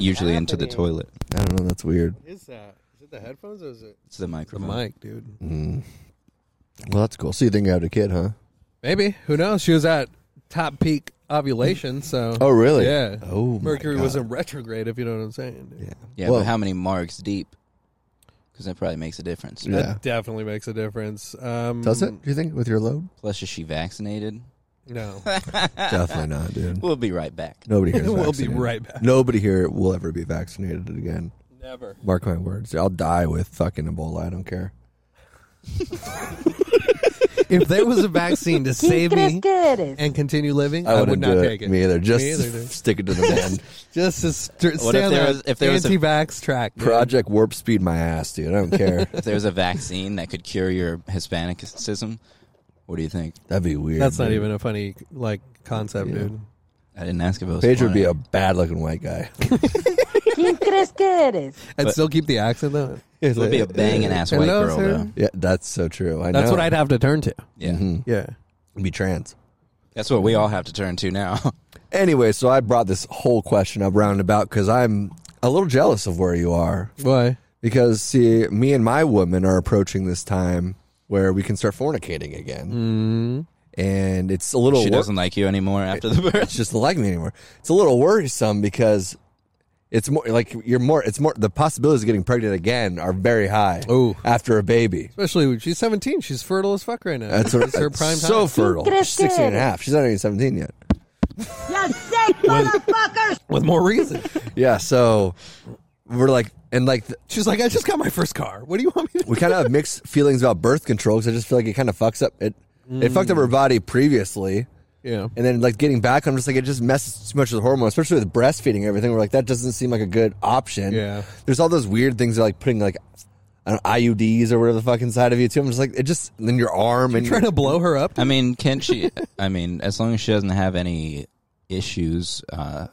S9: usually into the toilet.
S7: I don't know. That's weird.
S3: Is that? Is it the headphones or is it
S9: It's the
S3: the
S9: microphone.
S3: mic, dude?
S7: Well, that's cool. So you think you had a kid,
S9: Uh,
S7: huh?
S3: Maybe. Who knows? She was at top peak ovulation, so.
S7: Oh, really?
S3: Yeah.
S7: Oh, my
S3: Mercury
S7: God.
S3: was in retrograde, if you know what I'm saying. dude.
S9: Yeah,
S7: Well-
S9: but how many marks deep? because that probably makes a difference.
S3: That definitely makes a difference. Um,
S7: Does it? Do you think with your load?
S9: Plus, is she vaccinated?
S3: No.
S9: Uh,
S7: Definitely not, dude.
S9: We'll be right back.
S7: Nobody here. is
S3: We'll be
S7: vaccinated.
S3: right back.
S7: Nobody here will ever be vaccinated again.
S3: Never.
S7: Mark my words. I'll die with fucking Ebola. I don't care.
S3: If there was a vaccine to save me and continue living, I, would
S7: wouldn't
S3: not
S7: do
S3: take it.
S7: Me either. Just
S3: dude.
S7: stick it to the man.
S3: Just to st-
S9: What if
S3: stand
S9: there
S3: there
S9: was- if there was a-
S3: anti-vax track. dude.
S7: Project Warp Speed my ass, dude. I don't care.
S9: If there was a vaccine that could cure your Hispanicism, what do you think?
S7: That'd be weird.
S3: That's not
S7: dude.
S3: even a funny like concept, dude.
S9: I didn't ask if it was.
S7: Paige would be a
S9: funny.
S7: bad looking white guy.
S10: ¿Quién crees que eres?
S3: I'd still keep the accent though.
S9: It would be a banging ass white
S3: Hello,
S9: girl
S3: sir.
S9: though.
S7: Yeah, that's so true. I
S3: That's
S7: know.
S3: what I'd have to turn to.
S9: Yeah,
S3: Yeah.
S7: be trans.
S9: that's what we all have to turn to now.
S7: Anyway, so I brought this whole question up roundabout because I'm a little jealous of where you are.
S3: Why?
S7: Because see, me and my woman are approaching this time where we can start fornicating again, mm. and it's a little
S9: she
S7: wor-
S9: doesn't like you anymore after the birth.
S7: it's just not like me anymore. It's a little worrisome because it's more like you're more. It's more the possibilities of getting pregnant again are very high.
S3: Ooh.
S7: after a baby.
S3: Especially when she's 17. She's fertile as fuck right now.
S7: That's her,
S3: It's her prime
S7: so
S3: time.
S7: fertile. She's 16 and a half. She's not even 17 yet.
S10: ¡Ya sé, motherfuckers!
S3: With more reason.
S7: Yeah, so we're like, and like, th-
S3: She's like, I just got my first car. What do you want me to do?
S7: we kind of have mixed feelings about birth control because I just feel like it kind of fucks up. It it fucked up her body previously,
S3: Yeah.
S7: and then like getting back, I'm just like, it just messes too much with hormones, especially with breastfeeding and everything. We're like, that doesn't seem like a good option.
S3: Yeah.
S7: there's all those weird things like putting like. I don't know, IUDs or whatever the fuck inside of you too. I'm just like it just and then your arm and
S3: Trying to blow her up?
S9: I mean, can she? I mean, as long as she doesn't have any issues, uh,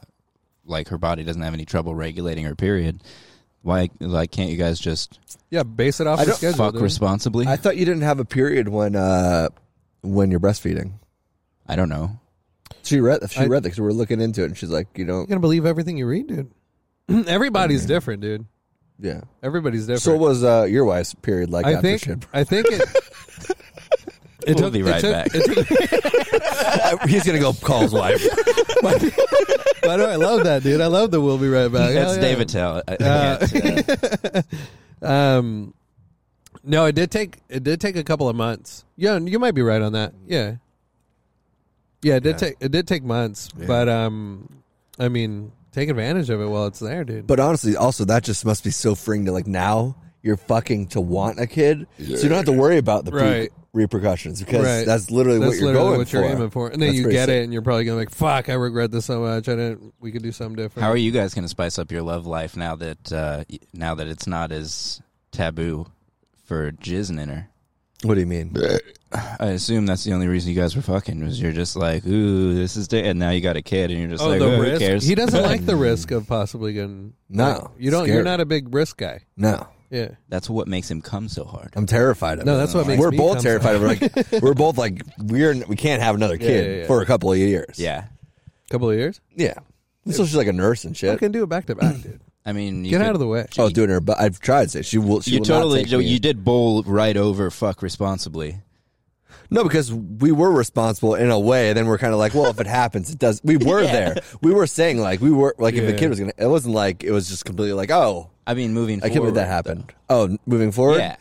S9: like her body doesn't have any trouble regulating her period, why? Like, can't you guys just
S3: Yeah, base it off
S7: I
S3: the
S7: don't-
S3: schedule.
S9: fuck
S3: dude.
S9: responsibly?
S7: I
S9: I,
S7: thought you didn't have a period when uh when you're breastfeeding.
S9: don't know.
S7: She read she
S3: I-
S7: read that because we were looking into it and she's like, you
S3: You're
S7: don't
S3: going to believe everything you read, dude. Everybody's different, dude.
S7: yeah.
S3: Everybody's different.
S7: So what was uh, your wife's period like
S3: I
S7: after
S3: think,
S7: she had
S3: I think it. It
S9: We'll be right
S3: took-
S9: back.
S3: it took-
S7: He's gonna go call his wife.
S3: Why do I love that, dude? I love the "We'll be right back." Hell
S9: That's
S3: yeah.
S9: David Tell. I- I can't, uh,
S3: Um, no, it did take it did take a couple of months. Yeah, you might be right on that. Yeah, yeah, it did take it did take months, but um, I mean, take advantage of it while it's there, dude.
S7: But honestly, also that just must be so freeing to like now you're fucking to want a kid, so you don't have to worry about the pre-
S3: Right.
S7: repercussions because
S3: Right.
S7: that's literally
S3: that's
S7: what you're
S3: literally
S7: going
S3: what
S7: for.
S3: you're aiming for, and then
S7: That's
S3: you
S7: pretty
S3: get
S7: sick.
S3: it, and you're probably gonna be like, "Fuck, I regret this so much. I didn't. We could do something different."
S9: how are you guys going to spice up your love life now that uh, y- now that it's not as taboo for jizz in her?
S7: What do you mean?
S9: I assume that's the only reason you guys were fucking was you're just like, ooh, this is da-, and now you got a kid and you're just
S3: Oh,
S9: like,
S3: the
S9: "Oh, who
S3: risk.
S9: cares?
S3: He doesn't like the risk of possibly getting.
S7: No,
S3: you don't. You're
S7: Scary.
S3: not a big risk guy.
S7: No,
S3: Yeah.
S9: That's what makes him come so hard.
S7: I'm terrified of
S3: No,
S7: it.
S3: that's what makes
S7: we're
S3: me
S7: both
S3: come
S7: terrified of. it. We're Like we're both like we're we can't have another kid
S3: yeah, yeah.
S7: for a couple of years.
S9: Yeah.
S3: Couple of years.
S7: yeah. So she's like a nurse and
S3: I
S7: shit.
S3: can do it back to back, dude.
S9: I mean, you
S3: Get
S9: could-
S3: out of the way.
S7: Oh, doing her. But I've tried to say she will. She
S9: you
S7: will
S9: totally
S7: Not take
S9: you,
S7: me.
S9: you did bowl right over fuck responsibly.
S7: No, because we were responsible in a way. And then we're kind of like, well, if it happens, it does. We were there. We were saying like we were like if a
S3: Yeah.
S7: kid was gonna. It wasn't like it was just completely like oh
S9: I mean, moving.
S7: I can't
S9: forward,
S7: believe that happened. Oh, n- moving forward.
S9: Yeah,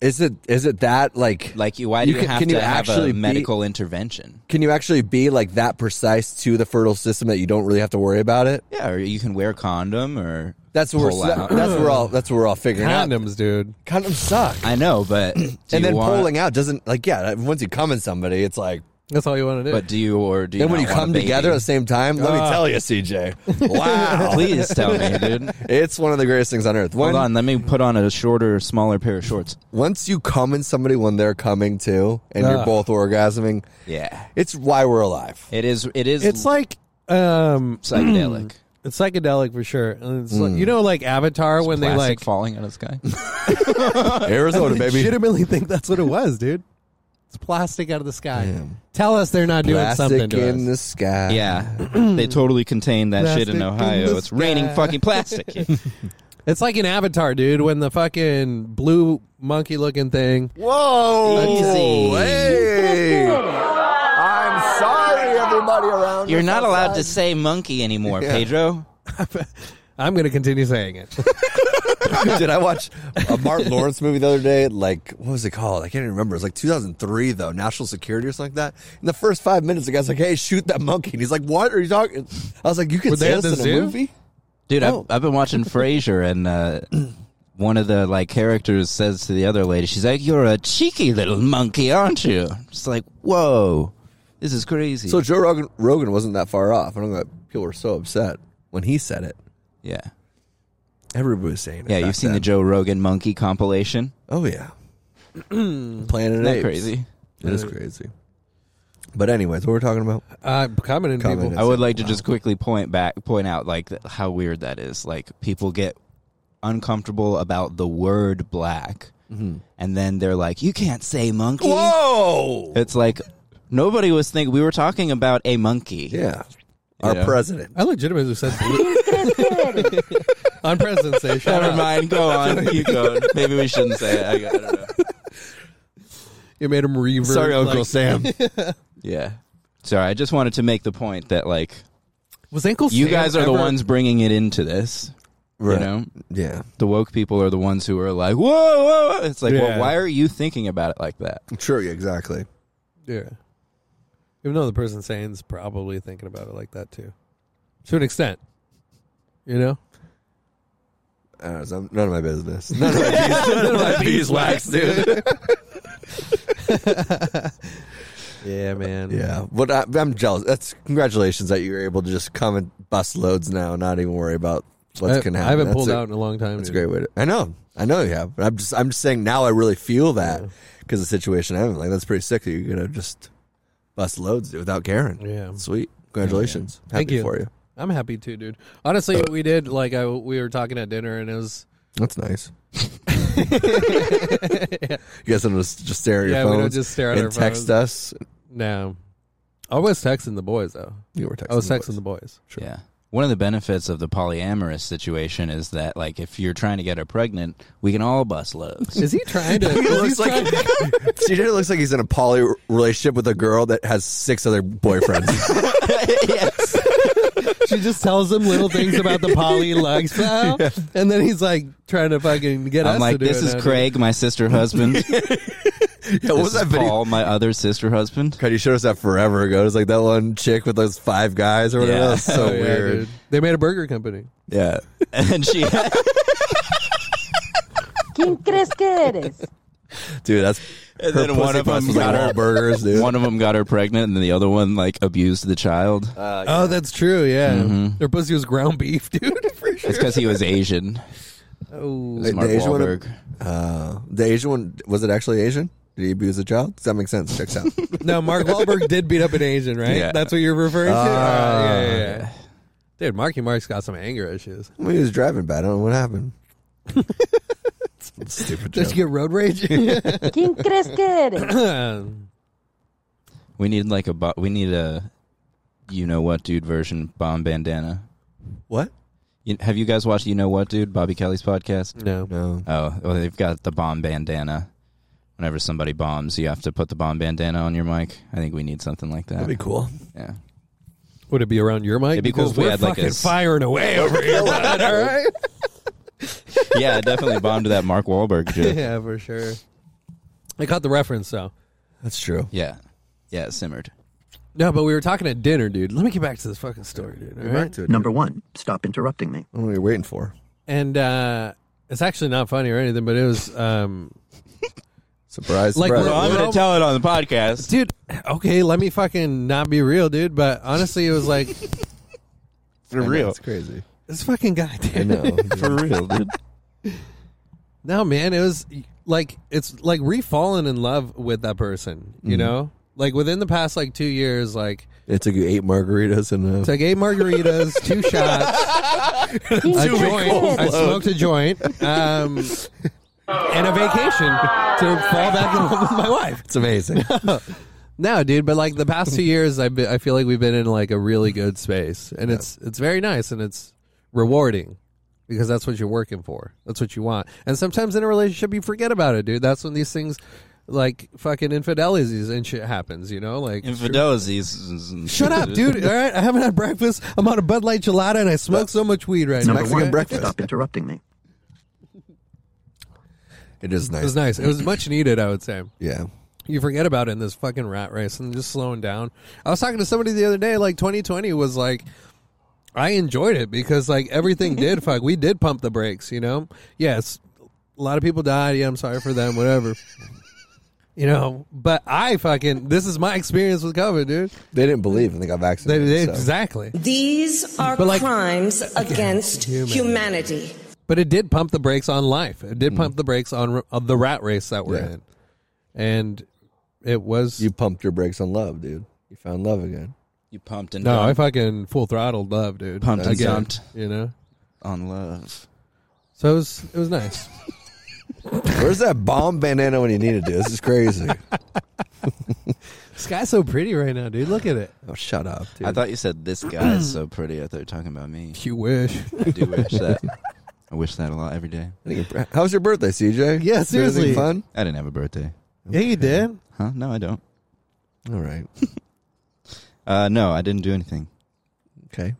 S7: Is it is it that like
S9: like you- why do you,
S7: can-
S9: have
S7: can
S9: to
S7: you
S9: have
S7: actually
S9: a
S7: be-
S9: medical intervention?
S7: Can you actually be like that precise to the fertile system that you don't really have to worry about it?
S9: Yeah, or you can wear a condom or
S7: That's what we're
S9: pull
S7: so that-
S9: out.
S7: that's what we're all that's what we're all figuring out.
S3: Condoms, dude.
S7: Condoms suck.
S9: I know, but do you
S7: and then
S9: want,
S7: pulling out doesn't like yeah. Once you come in somebody, it's like
S3: That's all you want to do.
S9: But do you or do you?
S7: then when you
S9: not want a
S7: come
S9: baby?
S7: together at the same time. Let me
S3: Ah.
S7: tell you, CJ. Wow.
S9: please tell me, dude.
S7: It's one of the greatest things on earth. When,
S9: Hold on, let me put on a shorter, smaller pair of shorts.
S7: Once you come in somebody when they're coming too, and you're
S9: Ah.
S3: Ugh.
S7: both orgasming,
S9: Yeah,
S7: it's why we're alive.
S9: it is. It is.
S3: it's like um
S9: psychedelic.
S3: it's psychedelic for sure. And it's like, you know like Avatar when they
S9: Plastic
S3: like
S9: falling out of the sky.
S7: Arizona, baby.
S3: legitimately think that's what it was, dude. It's plastic out of the sky. Tell us they're not doing something
S7: Plastic
S3: to
S7: in
S3: us.
S7: the sky.
S9: yeah, they totally contain that shit in
S3: Plastic in
S9: Ohio.
S3: the
S9: it's raining
S3: sky.
S9: fucking plastic.
S3: It's like an Avatar, dude, when the fucking blue monkey looking thing.
S7: Whoa.
S9: Easy.
S7: Hey. I'm sorry, everybody around.
S9: You're
S7: us
S9: not allowed to
S7: outside.
S9: say monkey anymore, Pedro.
S3: I'm going to continue saying it.
S7: Did I watch a Martin Lawrence movie the other day? Like, what was it called? I can't even remember. It was like 2003, though. National Security or something like that. In the first five minutes, the guy's like, "Hey, shoot that monkey!" And he's like, "What are you talking?" I was like, "You can
S9: Were they
S7: say
S9: at
S7: this in
S9: the
S7: a
S9: zoo?
S7: movie."
S9: Dude,
S7: Oh.
S9: I've, I've been watching Frasier, and uh, one of the like characters says to the other lady, "She's like, you're a cheeky little monkey, aren't you?" It's like, whoa, this is crazy.
S7: So Joe Rogan, Rogan wasn't that far off. I don't know. that People were so upset when he said it.
S9: yeah,
S7: Everybody was saying it.
S9: yeah,
S7: back
S9: you've seen the
S7: then.
S9: Joe Rogan monkey compilation.
S7: Oh yeah, Planet
S9: Isn't that
S7: Apes.
S9: crazy?
S7: It is crazy. But anyways, what we're talking about?
S3: Uh, commenting
S7: Comment
S3: people.
S7: in.
S9: I would like to just quickly point back, point out like th- how weird that is. Like people get uncomfortable about the word black, and then they're like, "You can't say monkey."
S7: Whoa!
S9: It's like nobody was thinking we were talking about a monkey.
S7: Yeah,
S9: You
S7: our
S9: know?
S7: president.
S3: I legitimately said on President's Day. Shut
S9: Never
S3: up.
S9: mind. Go on. Keep going. Maybe we shouldn't say it. I, I don't know.
S3: You made him revert.
S9: Sorry, Uncle
S3: Sam.
S9: Yeah. Sorry. I just wanted to make the point that like
S3: Was Uncle
S9: you
S3: Sam
S9: guys are the
S3: ever-
S9: ones bringing it into this.
S7: Right.
S9: You know,
S7: Yeah,
S9: the woke people are the ones who are like, whoa, whoa. whoa." It's like,
S3: Yeah.
S9: well, why are you thinking about it like that?
S7: true. yeah, Exactly.
S3: Yeah. Even though the person saying is probably thinking about it like that too, to an extent. You know.
S7: I don't know, it's none of my business. None of my, bees, none of my beeswax, dude.
S3: Yeah, man.
S7: Yeah, but I, I'm jealous. That's congratulations that you're able to just come and bust loads now, and not even worry about what's
S3: I,
S7: gonna happen.
S3: I haven't
S7: That's
S3: pulled
S7: a-
S3: out in a long time.
S7: That's a
S3: dude.
S7: great way to. I know, I know you have. But I'm just, I'm just saying now. I really feel that because the situation I'm in. Like that's pretty sick that you're gonna just bust loads without caring.
S3: Yeah.
S7: sweet. Congratulations. Happy
S3: Thank you.
S7: for you.
S3: I'm happy too, dude. Honestly, we did like I we were talking at dinner, and it was
S7: That's nice. You guys don't just just stare at
S3: Yeah,
S7: your
S3: we
S7: phones
S3: don't just stare at
S7: and
S3: our
S7: text
S3: phones.
S7: us.
S3: no. I was texting the boys though.
S7: You were texting.
S3: I was
S7: the
S3: texting
S7: boys.
S3: the boys.
S9: Yeah. One of the benefits of the polyamorous situation is that, like, if you're trying to get her pregnant, we can all bust loads.
S3: Is he trying to?
S7: He
S3: is he
S7: looks like
S3: trying-
S7: CJ looks like he's in a poly relationship with a girl that has six other boyfriends.
S9: yes.
S3: she just tells him little things about the poly lifestyle, and then he's like trying to fucking get us.
S9: I'm
S3: to
S9: like,
S3: do
S9: this
S3: it
S9: is
S3: now, dude."
S9: Craig, my sister husband. this
S7: yeah, what was
S9: is
S7: that video?
S9: Paul, my other sister husband.
S7: God, you showed us that forever ago. It was like that one chick with those five guys or whatever.
S9: Yeah.
S7: That was so
S3: Oh, yeah,
S7: weird.
S3: dude. They made a burger company.
S7: Yeah.
S9: and she
S10: ¿Quién crees que eres?
S7: Dude, that's
S9: And
S7: her
S9: then one
S7: pussy
S9: of 'em
S7: puss was like
S9: got
S7: all
S9: her-
S7: burgers, dude.
S9: one of them got her pregnant and then the other one like abused the child
S7: Uh.
S3: Oh, that's true. Yeah,
S7: Mm-hmm.
S3: their pussy was ground beef, dude. For sure.
S9: it's because he was asian
S3: Oh,
S9: It's Mark
S7: the Asian
S9: Wahlberg.
S7: one, uh, the Asian one was it actually Asian? Did he abuse a child? Does that make sense? Checks out.
S3: no, Mark Wahlberg did beat up an Asian, right?
S9: Yeah.
S3: That's what you're referring to. Ah, yeah, yeah, yeah. Dude, Marky Mark's got some anger issues.
S7: Well, he was driving bad. I don't know what happened. Stupid
S3: Did
S7: joke.
S3: you get road rage?
S10: ¿Quién crees que eres?
S9: we need like a bo- we need a you know what dude version bomb bandana
S7: What?
S9: you, have you guys watched you know what dude bobby kelly's podcast
S3: no.
S7: No.
S9: oh well they've got the bomb bandana whenever somebody bombs you have to put the bomb bandana on your mic i think we need something like that
S7: That'd be cool.
S9: yeah
S3: Would it be around your mic?
S9: It'd be
S3: because
S9: cool if we
S3: we're
S9: had, like,
S3: fucking
S9: a s-
S3: firing away over here. bud, all right.
S9: yeah I definitely bombed that mark Wahlberg joke
S3: Yeah, for sure. I caught the reference though.
S7: That's true.
S9: yeah yeah it simmered
S3: No, but we were talking at dinner, dude. Let me get back to this fucking story, dude. all
S7: You're
S3: right?
S7: back to it.
S8: Number one, stop interrupting me.
S7: I don't know what you're waiting for.
S3: And uh, it's actually not funny or anything, but it was, um,
S7: Surprise,
S3: Like,
S7: surprise.
S3: we're on-
S9: gonna
S3: Well-
S9: tell it on the podcast
S3: dude. Okay, let me fucking not be real, dude. But honestly, it was like
S9: for
S7: It's crazy.
S3: this fucking guy,
S7: I
S3: dude.
S7: know.
S9: for real dude
S3: No, man, it was like it's like re-falling in love with that person. You know, like within the past like two years, like
S7: it took you eight margaritas and uh,
S3: took eight margaritas, two shots.
S10: ¿Quién crees
S3: a
S10: que
S3: joint. I
S10: eres?
S3: smoked a joint. Um, and a vacation to fall back in love with my wife.
S7: it's amazing.
S3: No, dude, but like the past two years, I've been, I feel like we've been in like a really good space, and it's it's very nice and it's rewarding because that's what you're working for. That's what you want. And sometimes in a relationship, you forget about it, dude. That's when these things like fucking infidelities and shit happens, you know? Like
S9: Infidelities.
S3: Shut up, dude. All right, I haven't had breakfast. I'm on a Bud Light gelato and I smoke so much weed right now.
S7: Number Mexican one, breakfast.
S9: Stop interrupting me.
S7: It is
S3: It
S7: nice.
S3: was nice. It was much needed, I would say.
S7: Yeah.
S3: You forget about it in this fucking rat race and just slowing down. I was talking to somebody the other day, like 2020 was like, I enjoyed it because like everything did fuck. We did pump the brakes, you know? Yes, a lot of people died. Yeah, I'm sorry for them, whatever. You know, but I fucking, this is my experience with COVID, dude.
S7: They didn't believe and they got
S3: They,
S7: vaccinated.
S3: they,
S7: so.
S3: Exactly.
S2: These are
S3: But, like,
S2: crimes against
S3: humanity.
S2: humanity.
S3: But it did pump the brakes on life. It did pump the brakes on, on the rat race that we're
S7: Mm. Yeah.
S3: in. And it was.
S7: You pumped your brakes on love, dude. You found love again.
S9: You pumped and
S3: no, I
S9: dumped
S3: fucking full throttled love, dude.
S9: Pumped and
S3: Again,
S9: dumped.
S3: You know?
S9: on love.
S3: So it was it was nice.
S7: Where's that bomb bandana when you needed to? This is crazy.
S3: Sky's so pretty right now, dude. Look at it.
S7: oh, shut up, dude.
S9: I thought you said this guy is so pretty. I thought you were talking about me.
S3: You wish.
S9: I do wish that. I wish that a lot every day.
S7: How was your birthday, CJ?
S3: Yeah,
S7: Did anything
S3: seriously.
S7: Fun.
S9: I didn't have a birthday.
S3: Yeah, you did.
S9: Huh? No, I don't.
S7: All right.
S9: Uh, no, I didn't do anything.
S7: Okay.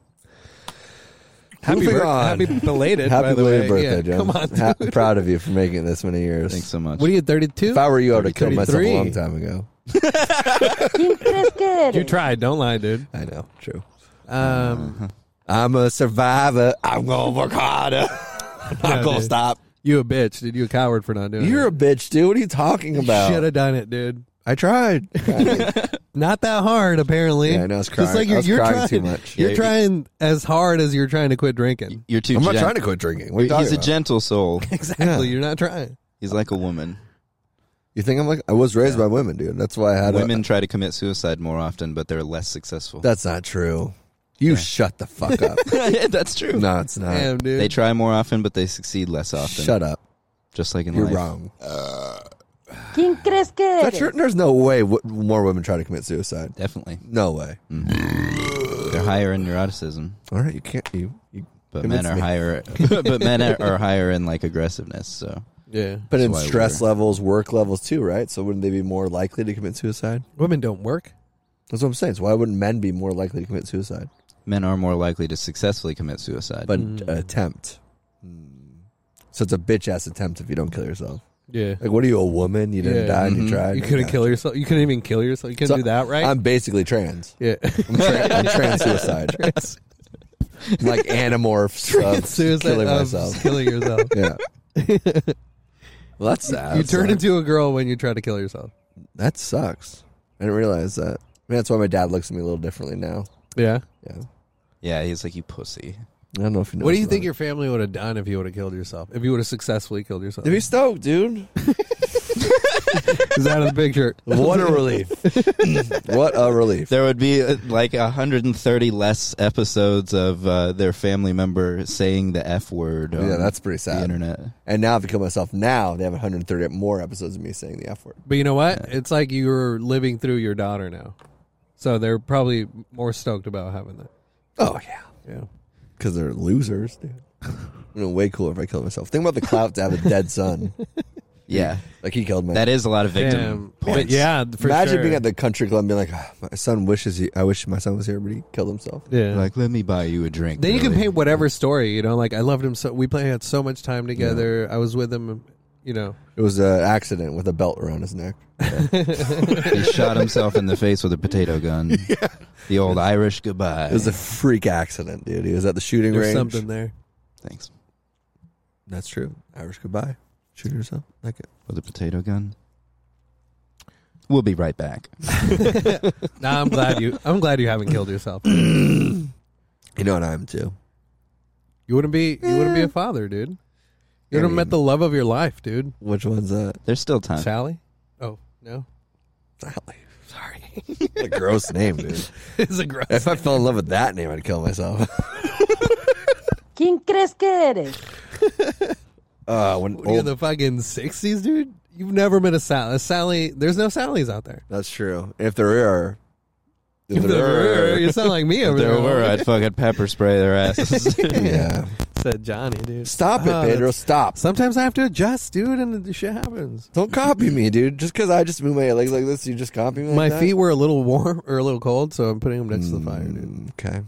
S3: Happy,
S7: Moving
S3: birth-
S7: on.
S3: happy belated. by
S7: Happy
S3: the
S7: belated
S3: way.
S7: birthday,
S3: Yeah,
S7: Jim.
S3: Come on.
S7: Ha- proud of you for making it this many years.
S9: Thanks so much.
S3: What are you? Thirty two.
S7: If I were you, I would have killed myself a
S3: 33.
S7: long time ago.
S10: ¿Quién crees que eres?
S3: You tried. Don't lie, dude.
S7: I know. True. Uh-huh.
S3: Um,
S7: I'm a survivor. I'm gonna work harder. I'm
S3: Yeah,
S7: not gonna
S3: dude.
S7: stop.
S3: you a bitch, dude. You a coward for not doing
S7: You're a
S3: it.
S7: bitch, dude. What are you talking about?
S3: Should have done it, dude.
S7: I tried.
S3: Not that hard, apparently.
S7: Yeah, I know, I was
S3: Just
S7: crying.
S3: like you're,
S7: I was
S3: you're
S7: crying
S3: trying
S7: too much.
S3: You're
S9: Yeah, you-
S3: trying as hard as you're trying to quit drinking.
S9: You're too.
S7: I'm not
S9: gen-
S7: trying to quit drinking. What are you
S9: He's
S7: talking
S9: a
S7: about?
S9: gentle soul.
S3: Exactly. You're not trying.
S9: He's like a woman.
S7: You think I'm like I was raised by women, dude. That's why I had a-
S9: Women try to commit suicide more often, but they're less successful.
S7: that's not true. You shut the fuck up.
S9: That's true.
S7: no, it's not.
S3: Damn, dude.
S9: They try more often, but they succeed less often.
S7: Shut up.
S9: Just like in
S7: You're
S9: life.
S7: wrong.
S10: ¿Quién crees que eres?
S7: That's true. There's no way w- more women try to commit suicide.
S9: Definitely.
S7: No way.
S9: They're higher in neuroticism,
S7: All right, you can't. You. you
S9: but
S7: convince
S9: men are
S7: me.
S9: higher. but men are, are higher in like aggressiveness. So
S3: yeah.
S7: But in
S9: why
S7: stress levels, work levels too, right? So wouldn't they be more likely to commit suicide?
S3: Women don't work.
S7: That's what I'm saying. So why wouldn't men be more likely to commit suicide?
S9: men are more likely to successfully commit suicide.
S7: But attempt. Hmm. So it's a bitch ass attempt if you don't kill yourself.
S3: Yeah.
S7: Like, what are you, a woman? You didn't
S3: Yeah. mm-hmm.
S7: die and you tried.
S3: You couldn't
S7: Yeah.
S3: kill yourself. You couldn't even kill yourself. You couldn't
S7: So
S3: do that, right?
S7: I'm basically trans.
S3: yeah.
S7: I'm, tra- I'm trans suicide. I'm like anamorphs of
S3: Suicide
S7: killing
S3: of
S7: myself.
S3: Killing yourself.
S7: yeah. well, that's sad.
S3: you turn
S7: Sorry.
S3: into a girl when you try to kill yourself.
S7: That sucks. I didn't realize that. I mean, that's why my dad looks at me a little differently now.
S3: Yeah.
S7: Yeah.
S9: yeah, he's like you pussy.
S7: I don't know if you know.
S3: What do you think your family would have done if you would have killed yourself? If you would have successfully killed yourself?
S7: To be stoked, dude.
S3: Is that in the picture?
S7: What a relief. what a relief.
S9: There would be uh, like 130 less episodes of uh, their family member saying the f word. On
S7: Yeah, that's pretty sad.
S9: The internet.
S7: And now if I kill myself now, they have 130 more episodes of me saying the F word.
S3: But you know what? It's like you're living through your daughter now. So they're probably more stoked about having that.
S7: Oh, yeah.
S3: Yeah.
S7: Because they're losers, dude. You know, way cooler if I killed myself. Think about the clout to have a dead son.
S9: Yeah,
S7: Like he killed my.
S9: that is a lot of victim
S3: Damn.
S9: points.
S3: But yeah, for
S7: Imagine
S3: sure.
S7: being at the country club and being like, "Ah, my son wishes he. I wish my son was here, but he killed himself.
S3: yeah.
S9: Like, let me buy you a drink.
S3: then you can
S9: Billy.
S3: paint whatever story, you know, like I loved him so we played had so much time together. I was with him, you know.
S7: It was an accident with a belt around his neck.
S9: he shot himself in the face with a potato gun. The old Irish goodbye.
S7: It was a freak accident, dude. He was at the shooting
S3: There's
S7: range.
S3: something there.
S9: Thanks.
S7: That's true. Irish goodbye. Shoot yourself. Like it.
S9: With a potato gun. We'll be right back.
S3: Nah, I'm glad you I'm glad you haven't killed yourself.
S7: You know what I'm too.
S3: You wouldn't be you wouldn't be a father, dude. You would have met the love of your life, dude.
S7: Which one's that?
S9: There's still time.
S3: Sally? Oh, no.
S7: Sorry. a gross name, dude.
S3: it's a gross.
S7: If I fell in love with that name, I'd kill myself.
S10: ¿Quién crees que eres?
S7: Uh, when
S3: What are you in the fucking sixties, dude? You've never met a Sally. A Sally there's no Sallys out there.
S7: That's true. If there are, if
S3: You sound like me over there.
S9: There were. I'd fucking pepper spray their asses.
S7: yeah.
S3: said Johnny, dude.
S7: Stop it,
S3: Oh,
S7: Pedro.
S3: that's-
S7: Stop.
S3: Sometimes I have to adjust, dude, and the shit happens.
S7: Don't copy me, dude. Just because I just move my legs like this, you just copy me. like
S3: My
S7: that?
S3: feet were a little warm or a little cold, so I'm putting them next to the fire, dude.
S7: Okay.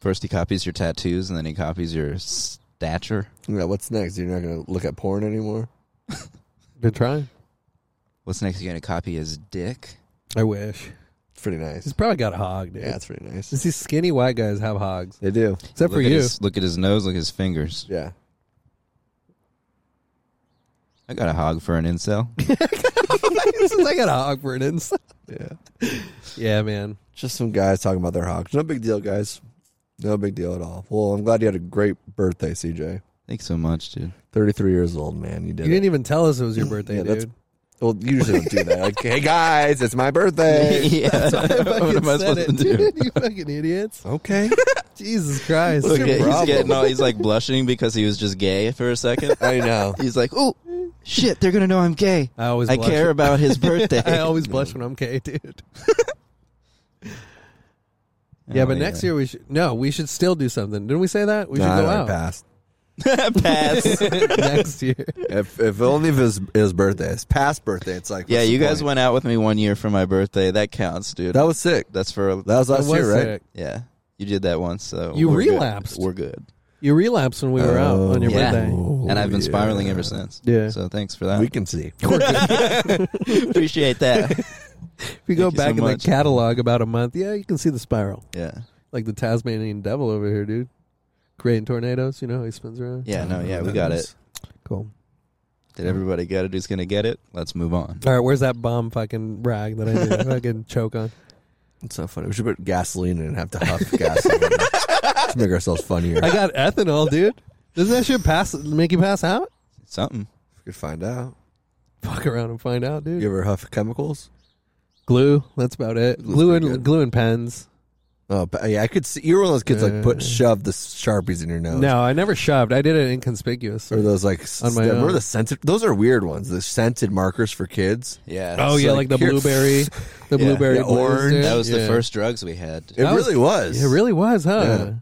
S9: First, he copies your tattoos, and then he copies your stature.
S7: Yeah, what's next? You're not going to look at porn anymore?
S3: Been trying.
S9: What's next? You're gonna copy his dick.
S3: I wish.
S7: It's pretty nice.
S3: He's probably got a hog, dude.
S7: Yeah, it's pretty nice.
S3: These skinny white guys have hogs,
S7: They do.
S3: except for
S9: look at
S3: you.
S9: his- look at his nose. Look at his fingers.
S7: Yeah.
S9: I got a hog for an incel.
S3: I got a hog for an inside.
S7: Yeah.
S3: Yeah, man.
S7: Just some guys talking about their hogs. No big deal, guys. No big deal at all. Well, I'm glad you had a great birthday, CJ.
S9: Thanks so much, dude.
S7: 33 years old, man. You did
S3: You
S7: it.
S3: didn't even tell us it was your birthday,
S7: Yeah, that's-
S3: dude.
S7: Well, you usually don't do that. Like, hey, guys, it's my birthday.
S9: yeah. what am I
S3: Said
S9: supposed
S3: it,
S9: to do?
S3: dude. You fucking idiots.
S7: Okay.
S3: Jesus Christ.
S9: Look at, he's
S7: problem?
S9: getting all, he's like blushing because he was just gay for a second.
S7: I know.
S9: He's like, oh, shit, they're gonna know I'm gay.
S3: I always
S9: I
S3: blush.
S9: care about his birthday.
S3: I always blush when I'm gay, dude.
S9: Oh,
S3: yeah, but next year we should no, we should still do something. Didn't we say that? We should
S7: Nah,
S3: go
S7: I
S3: out
S7: passed.
S9: pass.
S3: next year.
S7: If, if only if his, his birthday, his past birthday, it's like,
S9: yeah,
S7: what's
S9: you
S7: the
S9: guys
S7: point?
S9: went out with me one year for my birthday. That counts, dude.
S7: That was sick.
S9: That's for
S7: That was
S3: That
S7: last
S3: was
S7: year, right?
S3: sick.
S9: yeah. You did that once, so
S3: You
S9: we're good.
S3: relapsed.
S9: We're good.
S3: You relapsed when we were out on your
S9: yeah.
S3: birthday.
S9: and I've been
S7: yeah.
S9: spiraling ever since.
S3: Yeah.
S9: So thanks for that.
S7: We can see.
S9: appreciate that.
S3: If you go
S9: Thank you so
S3: back in
S9: much.
S3: the catalog about a month, yeah, you can see the spiral.
S9: yeah.
S3: Like the Tasmanian devil over here, dude. Creating tornadoes, you know how he spins around?
S9: Yeah. No. Yeah. We got it.
S3: Cool.
S9: Did everybody get it? Who's gonna get it? Let's move on.
S3: All right, where's that bomb fucking rag that I did fucking choke on?
S7: It's so funny. We should put gasoline in and have to huff gasoline to make ourselves funnier.
S3: I got ethanol, dude. Doesn't that shit pass make you pass out?
S9: Something.
S7: We could find out.
S3: Fuck around and find out, dude.
S7: You ever huff chemicals?
S3: Glue. That's about it. glue and
S7: pretty good.
S3: glue and pens.
S7: Oh, but, yeah, I could see. You were one of those kids like put
S3: Uh.
S7: shove the sharpies in your nose.
S3: No, I never shoved. I did it inconspicuous.
S7: Or those like s-
S3: On my
S7: remember
S3: own.
S7: the scented? Those are weird ones. The scented markers for kids.
S9: Yeah.
S3: oh yeah, like, the
S7: here-
S3: blueberry, the
S9: Yeah.
S3: blueberry
S7: Yeah,
S3: blues,
S7: orange.
S3: dude.
S9: That was the
S3: Yeah.
S9: first drugs we had.
S7: It
S3: That was-
S7: really was.
S3: It really was, huh?
S7: Yeah.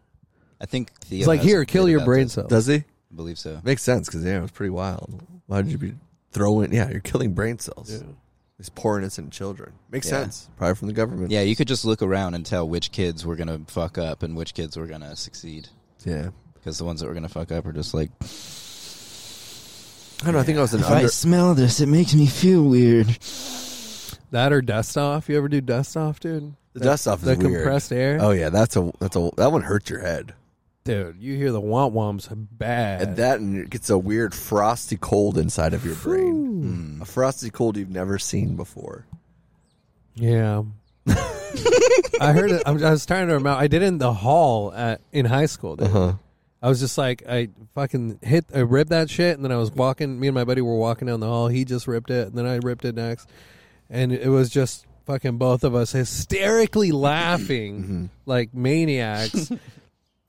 S9: I think Theo
S3: It's like
S9: has a
S3: here, kill
S9: bit
S3: your
S9: about
S3: brain
S9: this.
S3: cells.
S7: Does he?
S9: I believe so.
S7: Makes sense because yeah, it was pretty wild. Why would you be throwing? Yeah, you're killing brain cells. These poor innocent children. Makes
S9: Yeah.
S7: sense. Probably from the government.
S9: Yeah, you could just look around and tell which kids were gonna fuck up and which kids were gonna succeed.
S7: yeah.
S9: Because the ones that were gonna fuck up are just like.
S7: I don't know. I think I was an
S9: If I
S7: under.
S9: smell this, it makes me feel weird.
S3: That or dust off. You ever do dust off, dude?
S7: The dust off
S3: The
S7: is weird.
S3: compressed air,
S7: Oh yeah, that's a that's a that one hurts your head.
S3: dude. You hear the womp womps bad.
S7: And that and it gets a weird frosty cold inside of your brain. Hmm. A frosty cold you've never seen before.
S3: Yeah. I heard it. I'm, I was trying to remember. I did it in the hall at, in high school. Dude. I was just like, I fucking hit, I ripped that shit, and then I was walking. Me and my buddy were walking down the hall. He just ripped it, and then I ripped it next, and it was just fucking both of us hysterically laughing like maniacs,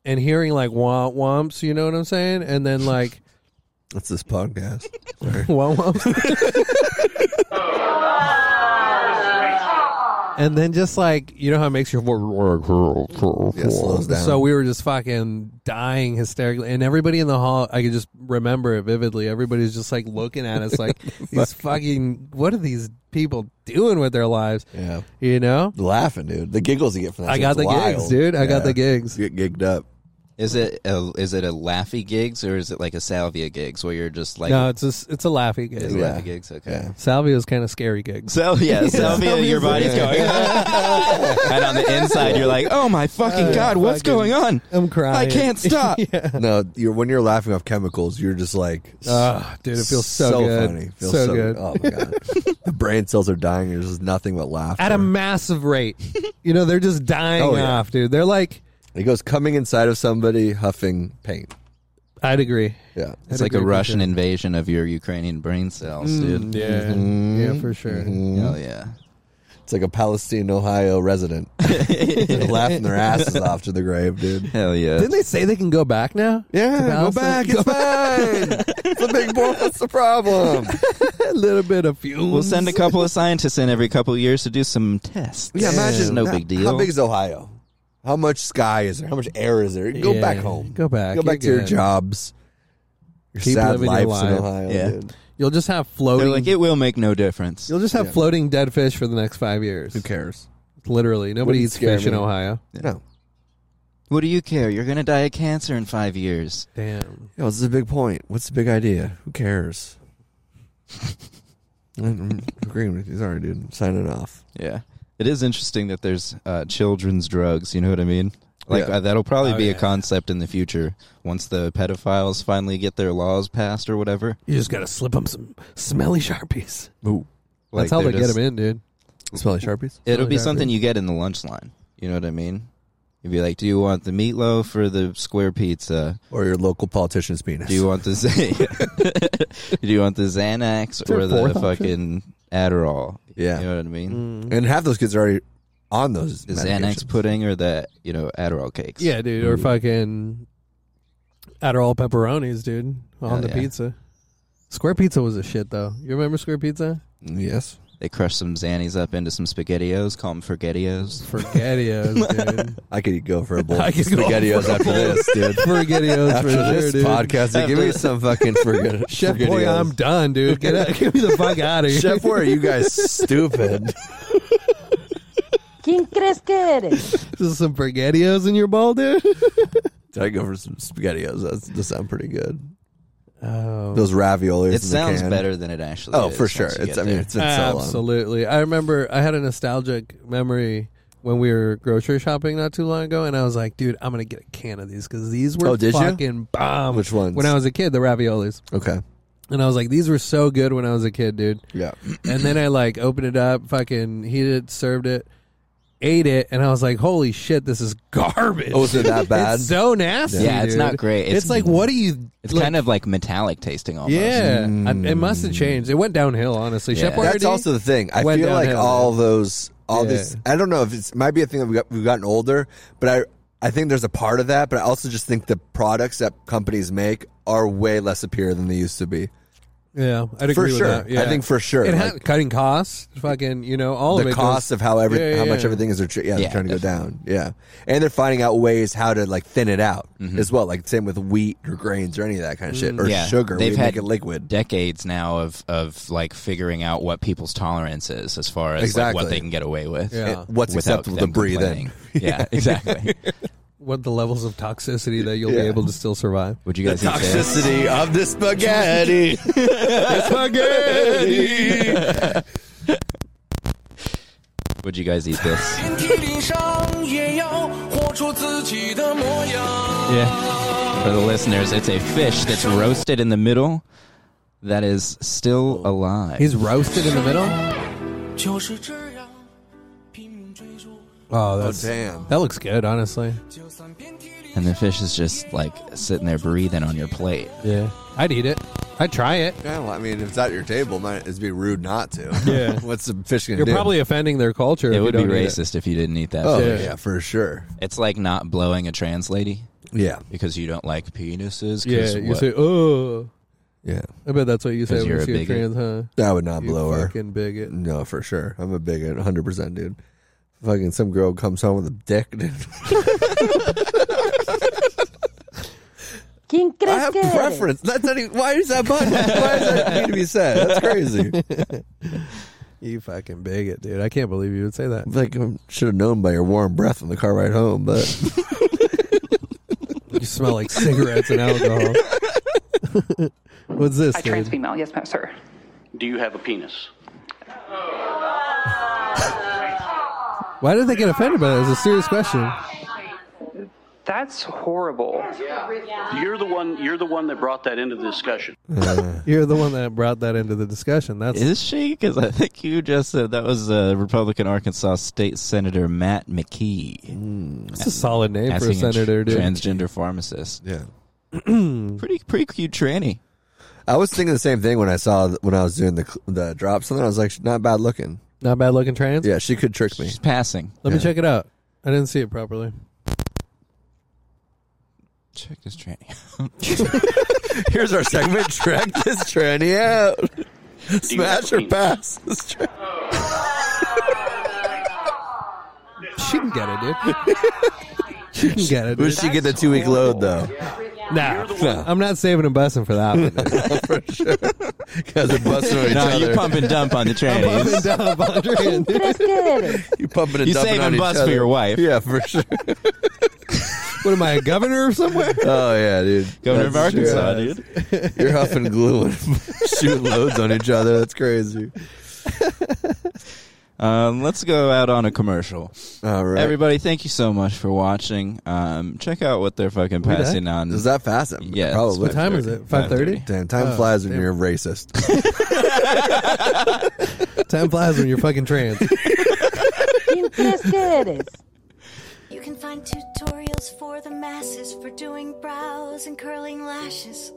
S3: and hearing like womp womps. You know what I'm saying? And then like
S7: That's this podcast.
S3: womp womps. And then just like you know how it makes your voice
S7: Yeah, it slows down.
S3: So we were just fucking dying hysterically, and everybody in the hall, I could just remember it vividly. Everybody's just like looking at us, like these fucking what are these people doing with their lives?
S7: yeah.
S3: You know,
S7: Laughing, dude. The giggles you get from that.
S3: I got
S7: shit's
S3: the
S7: wild.
S3: gigs, dude. I got the gigs.
S7: You get gigged up.
S9: Is it a, is it a Laffy gigs or is it like a Salvia gigs where you're just like
S3: No, it's just it's a laughing gig.
S9: Laffy
S3: Yeah.
S7: yeah.
S9: gigs? Okay.
S7: Yeah.
S3: Salvia's kind of scary gigs.
S9: So yeah, Salvia, your body's going, and on the inside you're like, oh my fucking god, what's going on?
S3: I'm crying.
S9: I can't stop.
S7: No, you're when you're laughing off chemicals, you're just like
S3: Ah, dude, it feels so, good.
S7: funny. Feels
S3: so, good.
S7: Oh my god. the brain cells are dying, there's just nothing but laughter.
S3: At a massive rate. you know, they're just dying
S7: Oh, yeah.
S3: off, dude. They're like,
S7: it goes coming inside of somebody huffing paint.
S3: I'd agree.
S7: Yeah.
S9: It's
S3: I'd
S9: like a
S3: agree with
S9: Russian
S3: you. Mm,
S9: invasion of your Ukrainian brain cells, dude. Mm-hmm.
S3: Yeah.
S7: Mm-hmm.
S3: Yeah, for sure.
S9: Hell yeah.
S7: It's like a Palestine, Ohio resident. They're laughing their asses off to the grave, dude.
S9: Hell yeah.
S3: Didn't they say they can go back now?
S7: Yeah,
S3: To
S7: go
S3: Palestine?
S7: back. It's fine. it's a big boy. What's the problem?
S3: a little bit of fumes.
S9: We'll send a couple of scientists in every couple of years to do some tests.
S7: Yeah, imagine.
S9: no
S7: how-
S9: big deal.
S7: How big is Ohio? How much sky is there? How much air is there? Go
S3: Yeah,
S7: back home.
S3: go back.
S7: Go
S3: You're
S7: back to your
S3: good.
S7: jobs. Your
S3: Keep
S7: sad
S3: living
S7: lives
S3: your
S7: in
S3: life.
S7: Ohio.
S9: Yeah.
S7: dude.
S3: You'll just have
S9: They're
S3: floating.
S9: like, it will make no difference.
S3: you'll just have
S7: Yeah.
S3: floating dead fish for the next five years.
S7: Who cares?
S3: Literally, nobody
S7: Wouldn't
S3: eats
S7: scare
S3: fish in
S7: me.
S3: Ohio.
S7: No.
S9: What do you care? You're gonna die of cancer in five years.
S3: Damn.
S7: Yeah, what's the big point? What's the big idea? Who cares? I'm agreeing with you. Sorry, dude. I'm signing off.
S9: Yeah, it is interesting that there's uh, children's drugs. You know what I mean? Like
S7: Yeah.
S9: uh, that'll probably
S3: Oh,
S9: be
S3: yeah.
S9: a concept in the future once the pedophiles finally get their laws passed or whatever.
S3: You just gotta slip them some smelly sharpies.
S7: Ooh.
S9: Like,
S3: That's how they get 'em
S9: they're
S3: get
S9: just-
S3: them in, dude.
S7: Smelly Sharpies?
S9: It'll be
S3: Smelly
S9: something
S3: Sharpies.
S9: you get in the lunch line. You know what I mean? You'd be like, do you want the meatloaf or the square pizza?
S7: Or your local politician's penis?
S9: Do you want the do you want the Xanax
S3: there a
S9: or the
S3: fourth Mm,
S9: fucking Adderall?
S7: Yeah.
S9: you know what I mean.
S7: and half those kids are already on those.
S9: The Xanax
S7: medications.
S9: pudding or the you know Adderall cakes.
S3: Yeah, dude,
S7: Mm.
S3: or fucking Adderall pepperonis, dude, on
S9: Hell
S3: the
S9: yeah.
S3: pizza. Square pizza was a shit though. You remember square pizza?
S7: Yes.
S9: They crush some Xannies up into some spaghettios, call them forgettios.
S3: Forgettios, dude.
S7: I could go for a bowl
S3: I
S7: of
S3: could go
S7: Spaghettios
S3: for a
S7: after
S3: bowl.
S7: this, dude.
S3: Forgettios
S7: After
S3: for sure,
S7: this
S3: dude.
S7: podcast, dude, give me some fucking forget-
S3: Chef boy,
S7: SpaghettiOs.
S3: I'm done, dude. Get out, get me the fuck out of here.
S7: Chef, where are you guys stupid?
S10: ¿Quién crees que eres?
S3: This is some spaghettios in your bowl, dude.
S7: Did I go for some spaghettios? That's, those sound pretty good.
S3: Oh,
S7: Those
S9: It
S7: raviolis. in the
S9: sounds
S7: can.
S9: better than it actually
S7: Oh,
S9: is
S7: for sure.
S9: once you
S7: It's.
S9: get
S7: I mean,
S9: there.
S7: it's been so long.
S3: absolutely. I remember I had a nostalgic memory when we were grocery shopping not too long ago, and I was like, dude, I'm gonna get a can of these because these were
S7: Oh, did you?
S3: fucking bomb.
S7: Which ones?
S3: When I was a kid, the raviolis,
S7: Okay.
S3: and I was like, these were so good when I was a kid, dude.
S7: Yeah.
S3: and then I like opened it up, fucking heated it, served it, ate it, and I was like, "Holy shit, this is garbage!"
S7: Oh, is it that bad?
S3: It's so nasty.
S9: Yeah, it's
S3: dude.
S9: not great.
S3: It's,
S9: It's-
S3: like, what do you?
S9: It's
S3: like-
S9: kind of like metallic tasting almost.
S7: Mm.
S3: yeah. I- it must have changed. It went downhill, honestly. Chef
S9: Yeah.
S3: Boyardee,
S7: That's also the thing. I
S3: went
S7: feel like
S3: downhill,
S7: all those, all
S3: Yeah.
S7: this. I don't know if it's it might be a thing that we got, we've gotten older, but I, I think there's a part of that. But I also just think the products that companies make are way less superior than they used to be.
S3: yeah, I'd agree
S7: for
S3: with
S7: sure.
S3: that. Yeah.
S7: I think for sure.
S3: it
S7: like,
S3: had cutting costs, fucking, you know, all of
S7: the
S3: Oh, it.
S7: cost
S3: goes-
S7: of how every
S3: Yeah, yeah,
S7: how much
S3: yeah.
S7: everything is, they're tr- yeah, they're
S9: Yeah,
S7: trying to go down, yeah, and they're finding out ways how to like thin it out as well, like same with wheat or grains or any of that kind of
S3: Mm.
S7: shit or
S9: Mm-hmm. Yeah,
S7: sugar.
S9: they've
S7: we
S9: had
S7: make it liquid.
S9: Decades now of of like figuring out what people's tolerance is as far as like,
S7: Exactly.
S9: what they can get away with.
S3: Yeah.
S7: And What's
S9: without
S7: acceptable to
S9: them
S7: breathe in?
S9: complaining. Yeah, exactly.
S3: what the levels of toxicity that you'll
S7: Yeah.
S3: be able to still survive.
S9: Would you guys eat this?
S7: Toxicity of the spaghetti. spaghetti.
S9: Would you guys eat this? yeah. For the listeners, it's a fish that's roasted in the middle that is still alive.
S3: He's roasted in the middle. Oh,
S7: Oh
S3: that's
S7: damn!
S3: that looks good, honestly.
S9: and the fish is just like sitting there breathing on your plate.
S3: Yeah, I'd eat it. I'd try it.
S7: Yeah, well, I mean, if it's at your table, might it'd be rude not to.
S3: Yeah.
S7: What's the fish gonna
S3: You're
S7: do?
S3: probably offending their culture. if
S9: It
S3: you
S9: would be
S3: don't eat
S9: racist if you didn't eat that
S7: Oh
S9: fish.
S7: yeah.
S3: Yeah.
S7: for sure.
S9: It's like not blowing a trans lady
S7: Yeah,
S9: because you don't like penises. 'cause
S3: Yeah, you
S9: what?
S3: say, "Oh,
S7: yeah.
S3: I bet that's what you say
S9: 'Cause
S3: when
S9: you're
S3: you
S9: a
S3: see a
S9: bigot.
S3: trans, huh?"
S7: That would not
S3: You
S7: blow her.
S3: fucking bigot.
S7: No, for sure. I'm a bigot, 100, percent dude. Fucking some girl comes home with a dick. Dude.
S10: ¿Quién
S7: I
S10: crees
S7: have
S10: que eres?
S7: preference. That's not even, why is that button? Why does that need to be said? That's crazy.
S3: You fucking bigot, dude. I can't believe you would say that.
S7: Like I should have known by your warm breath on the car ride home, but
S3: You smell like cigarettes and alcohol. What's this,
S12: trans
S3: dude?
S12: female, yes, ma'am, sir.
S11: Do you have a penis?
S3: Why did they get offended by that? It's a serious question.
S12: That's horrible.
S11: You're the one. You're the one that brought that into the discussion.
S3: You're the one that brought that into the discussion. That's
S9: Is she? Because I think you just said that was uh, Republican Arkansas State Senator Matt McKee,
S3: that's a solid name for a
S9: asking tr-
S3: senator, dude.
S9: transgender pharmacist.
S7: yeah.
S9: Pretty, pretty cute tranny.
S7: I was thinking the same thing when I saw when I was doing the the drops on there. I was like, she's not bad looking.
S3: Not bad looking trans.
S7: Yeah, she could trick me.
S9: She's passing.
S3: Let me check it out. I didn't see it properly.
S9: Check this tranny.
S7: Here's our segment: track this tranny out,
S11: Do you have a
S7: smash or
S11: penis?
S7: pass. This tranny.
S3: She can get it, dude. She can get it.
S7: Would she get the two week load though?
S3: Nah, I'm not saving a busting for that. One.
S7: For sure. Guys are busting on each
S9: No,
S7: other.
S9: you pump and dump on the
S3: I'm
S9: trannies.
S3: bumping down Bondrian.
S7: You pumping and
S9: You
S7: dumping
S9: save
S7: on
S9: and
S7: each
S9: bust for
S7: other.
S9: your wife.
S7: Yeah, for sure.
S3: What am I, a governor somewhere?
S7: Oh yeah, dude.
S9: Governor of
S7: That's true.
S9: Arkansas, dude.
S7: You're huffing glue and shooting loads on each other. That's crazy.
S9: Um, let's go out on a commercial.
S7: All right.
S9: Everybody, thank you so much for watching. Um, check out what they're fucking
S3: We done?
S9: passing on.
S7: Is that fast?
S9: Yeah, it's
S7: probably.
S9: what
S3: time Oh, is it? 5:30?
S7: Damn, time flies when you're racist.
S3: Time flies when you're fucking trans.
S10: ¿Quién crees que eres?
S1: You can find tutorials for the masses for doing brows and curling lashes,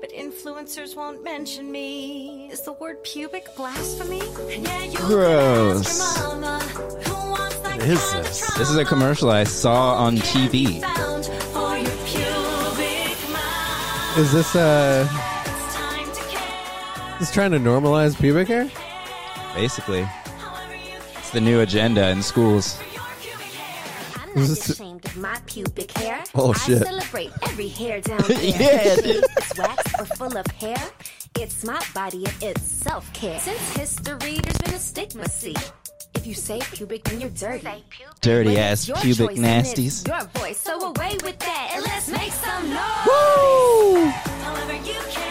S1: but influencers won't mention me. Is the word pubic blasphemy? Yeah, you Can
S9: Gross.
S1: ask your mama, who wants that
S3: What is
S1: kind of
S3: this?
S1: trauma?
S9: This is a commercial I saw on
S1: Can be
S9: TV.
S1: found for your pubic mound.
S3: Is this uh?
S1: It's time to care.
S3: Just trying to normalize pubic hair?
S9: Basically,
S1: However you care
S9: it's the new agenda in schools.
S1: for your pubic hair.
S3: Is
S1: I'm
S3: this-
S1: not ashamed of my pubic hair.
S7: Oh, shit.
S1: I celebrate every hair down there.
S9: Yeah, dude.
S1: It's waxed or full of hair. It's my body and it's self care. Since history, there's been a stigma. See, if you say pubic, then you're dirty.
S9: Dirty
S1: But
S9: ass
S1: it's your
S9: pubic
S1: choice and it's
S9: nasties.
S1: Your voice, so away with that and let's make some noise. However you care.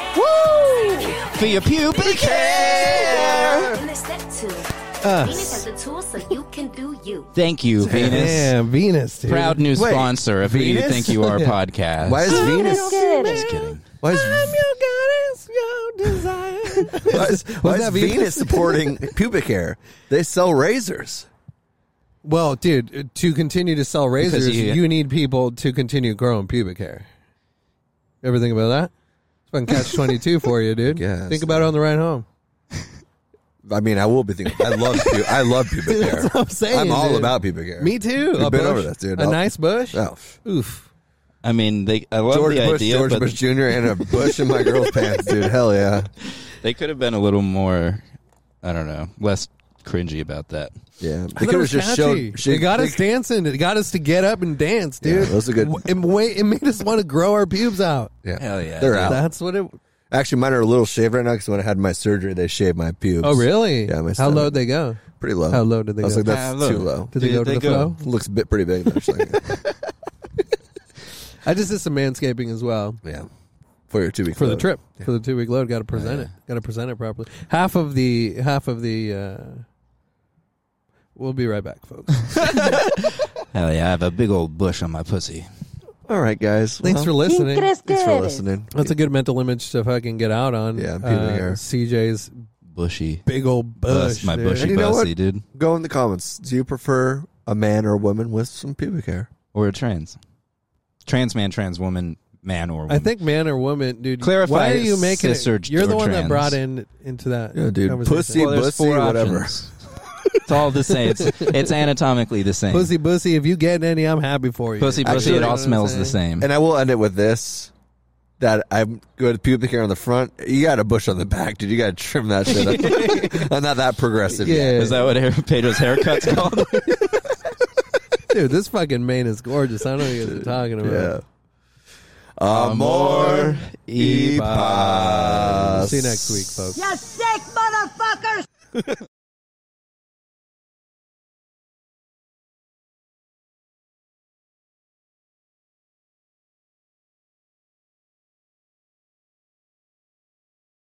S9: For your pubic hair.
S1: And there's step two. Venus has the tools so you can do you.
S9: Thank you, Venus.
S3: Damn, Venus, dude.
S9: Proud new
S7: Wait,
S9: sponsor of Who You
S7: Venus?
S9: Think You Are
S3: Yeah.
S9: podcast.
S7: Why is
S10: ¿Quién
S7: Venus?
S10: crees que
S9: Just
S10: eres?
S9: kidding.
S7: Why is, why is, why is
S3: that Venus?
S7: Venus? supporting pubic hair? They sell razors.
S3: Well, dude, to continue to sell razors,
S9: you-
S3: you, need people to continue growing pubic hair. Ever think about that? It's fucking catch twenty two for you, dude.
S7: Guess.
S3: think about it on the ride home.
S7: I mean, I will be thinking. I love pu- I love pubic hair.
S3: That's what I'm saying.
S7: I'm all
S3: dude.
S7: about pubic hair.
S3: Me too.
S7: We've
S3: A
S7: been
S3: bush?
S7: over this, dude.
S3: A
S7: I'll-
S3: nice bush.
S7: Oh.
S3: Oof.
S9: I mean, they. I love
S7: George
S9: the
S7: Bush,
S9: idea,
S7: George
S9: but
S7: Bush Jr. and a bush in my girl's pants, dude. Hell yeah,
S9: they could have been a little more. I don't know, less cringy about that.
S3: I
S7: yeah. They
S3: thought it
S7: could have
S3: was
S7: just
S3: catchy.
S7: showed.
S3: They got
S7: they-
S3: us dancing. It got us to get up and dance, dude.
S7: Yeah, those are good.
S3: It, wa- it made us want to grow our pubes out.
S7: Yeah,
S9: Hell yeah,
S7: They're
S9: dude.
S7: out.
S3: That's what it.
S7: Actually, mine are a little shaved right now because when I had my surgery, they shaved my pubes.
S3: Oh, really?
S7: Yeah, my
S3: How low
S7: stomach.
S3: did they go?
S7: Pretty low.
S3: How low did they
S7: I was
S3: go?
S7: like, that's
S9: How low?
S7: too low.
S3: Did they
S9: Did
S3: go to
S9: they
S3: the
S9: go?
S3: flow?
S7: Looks a bit pretty big. Actually.
S3: I just did some manscaping as well.
S7: yeah, for your two week
S3: for the trip for the two week load. Got to present it. Got to present it properly. Half of the half of the. Uh, we'll be right back, folks.
S9: Hell yeah, I have a big old bush on my pussy.
S7: All right, guys.
S3: Thanks for
S7: Well,
S10: ¿Quién
S3: listening.
S10: crees que
S7: thanks for
S10: eres?
S7: listening.
S3: That's a good mental image to fucking get out on.
S7: Yeah, pubic hair.
S3: uh, CJ's
S9: Bushy.
S3: big old bush.
S9: Bust, my
S3: dude.
S9: bushy
S7: And you know
S9: bussy,
S7: what?
S9: dude.
S7: Go in the comments. Do you prefer a man or a woman with some pubic hair?
S9: Or a trans. Trans man, trans woman, man or woman.
S3: I think man or woman, dude.
S9: Clarify
S3: Why are you making
S9: cis or-
S3: it? You're the
S9: or
S3: one
S9: trans.
S3: that brought in into that.
S7: Yeah, dude.
S3: conversation.
S7: Pussy,
S9: Well, there's
S7: bussy,
S9: four
S7: whatever.
S9: options. it's all the same. It's, it's anatomically the same.
S3: pussy, pussy. If you get any, I'm happy for you.
S9: pussy, pussy,
S7: Actually,
S9: it
S7: you know
S9: all
S3: what I'm
S9: smells the
S3: saying?
S9: same.
S7: And I will end it with this: that I'm good pubic hair on the front. You got a bush on the back, dude. You got to trim that shit up. I'm not that progressive. yet.
S3: Yeah.
S9: Is that what hair- Pedro's haircut's called?
S3: dude. This fucking man is gorgeous. I don't know what you guys are talking about.
S7: Yeah. Amor y
S3: We'll
S7: paz. Uh,
S3: See you next week, folks.
S10: sick motherfuckers!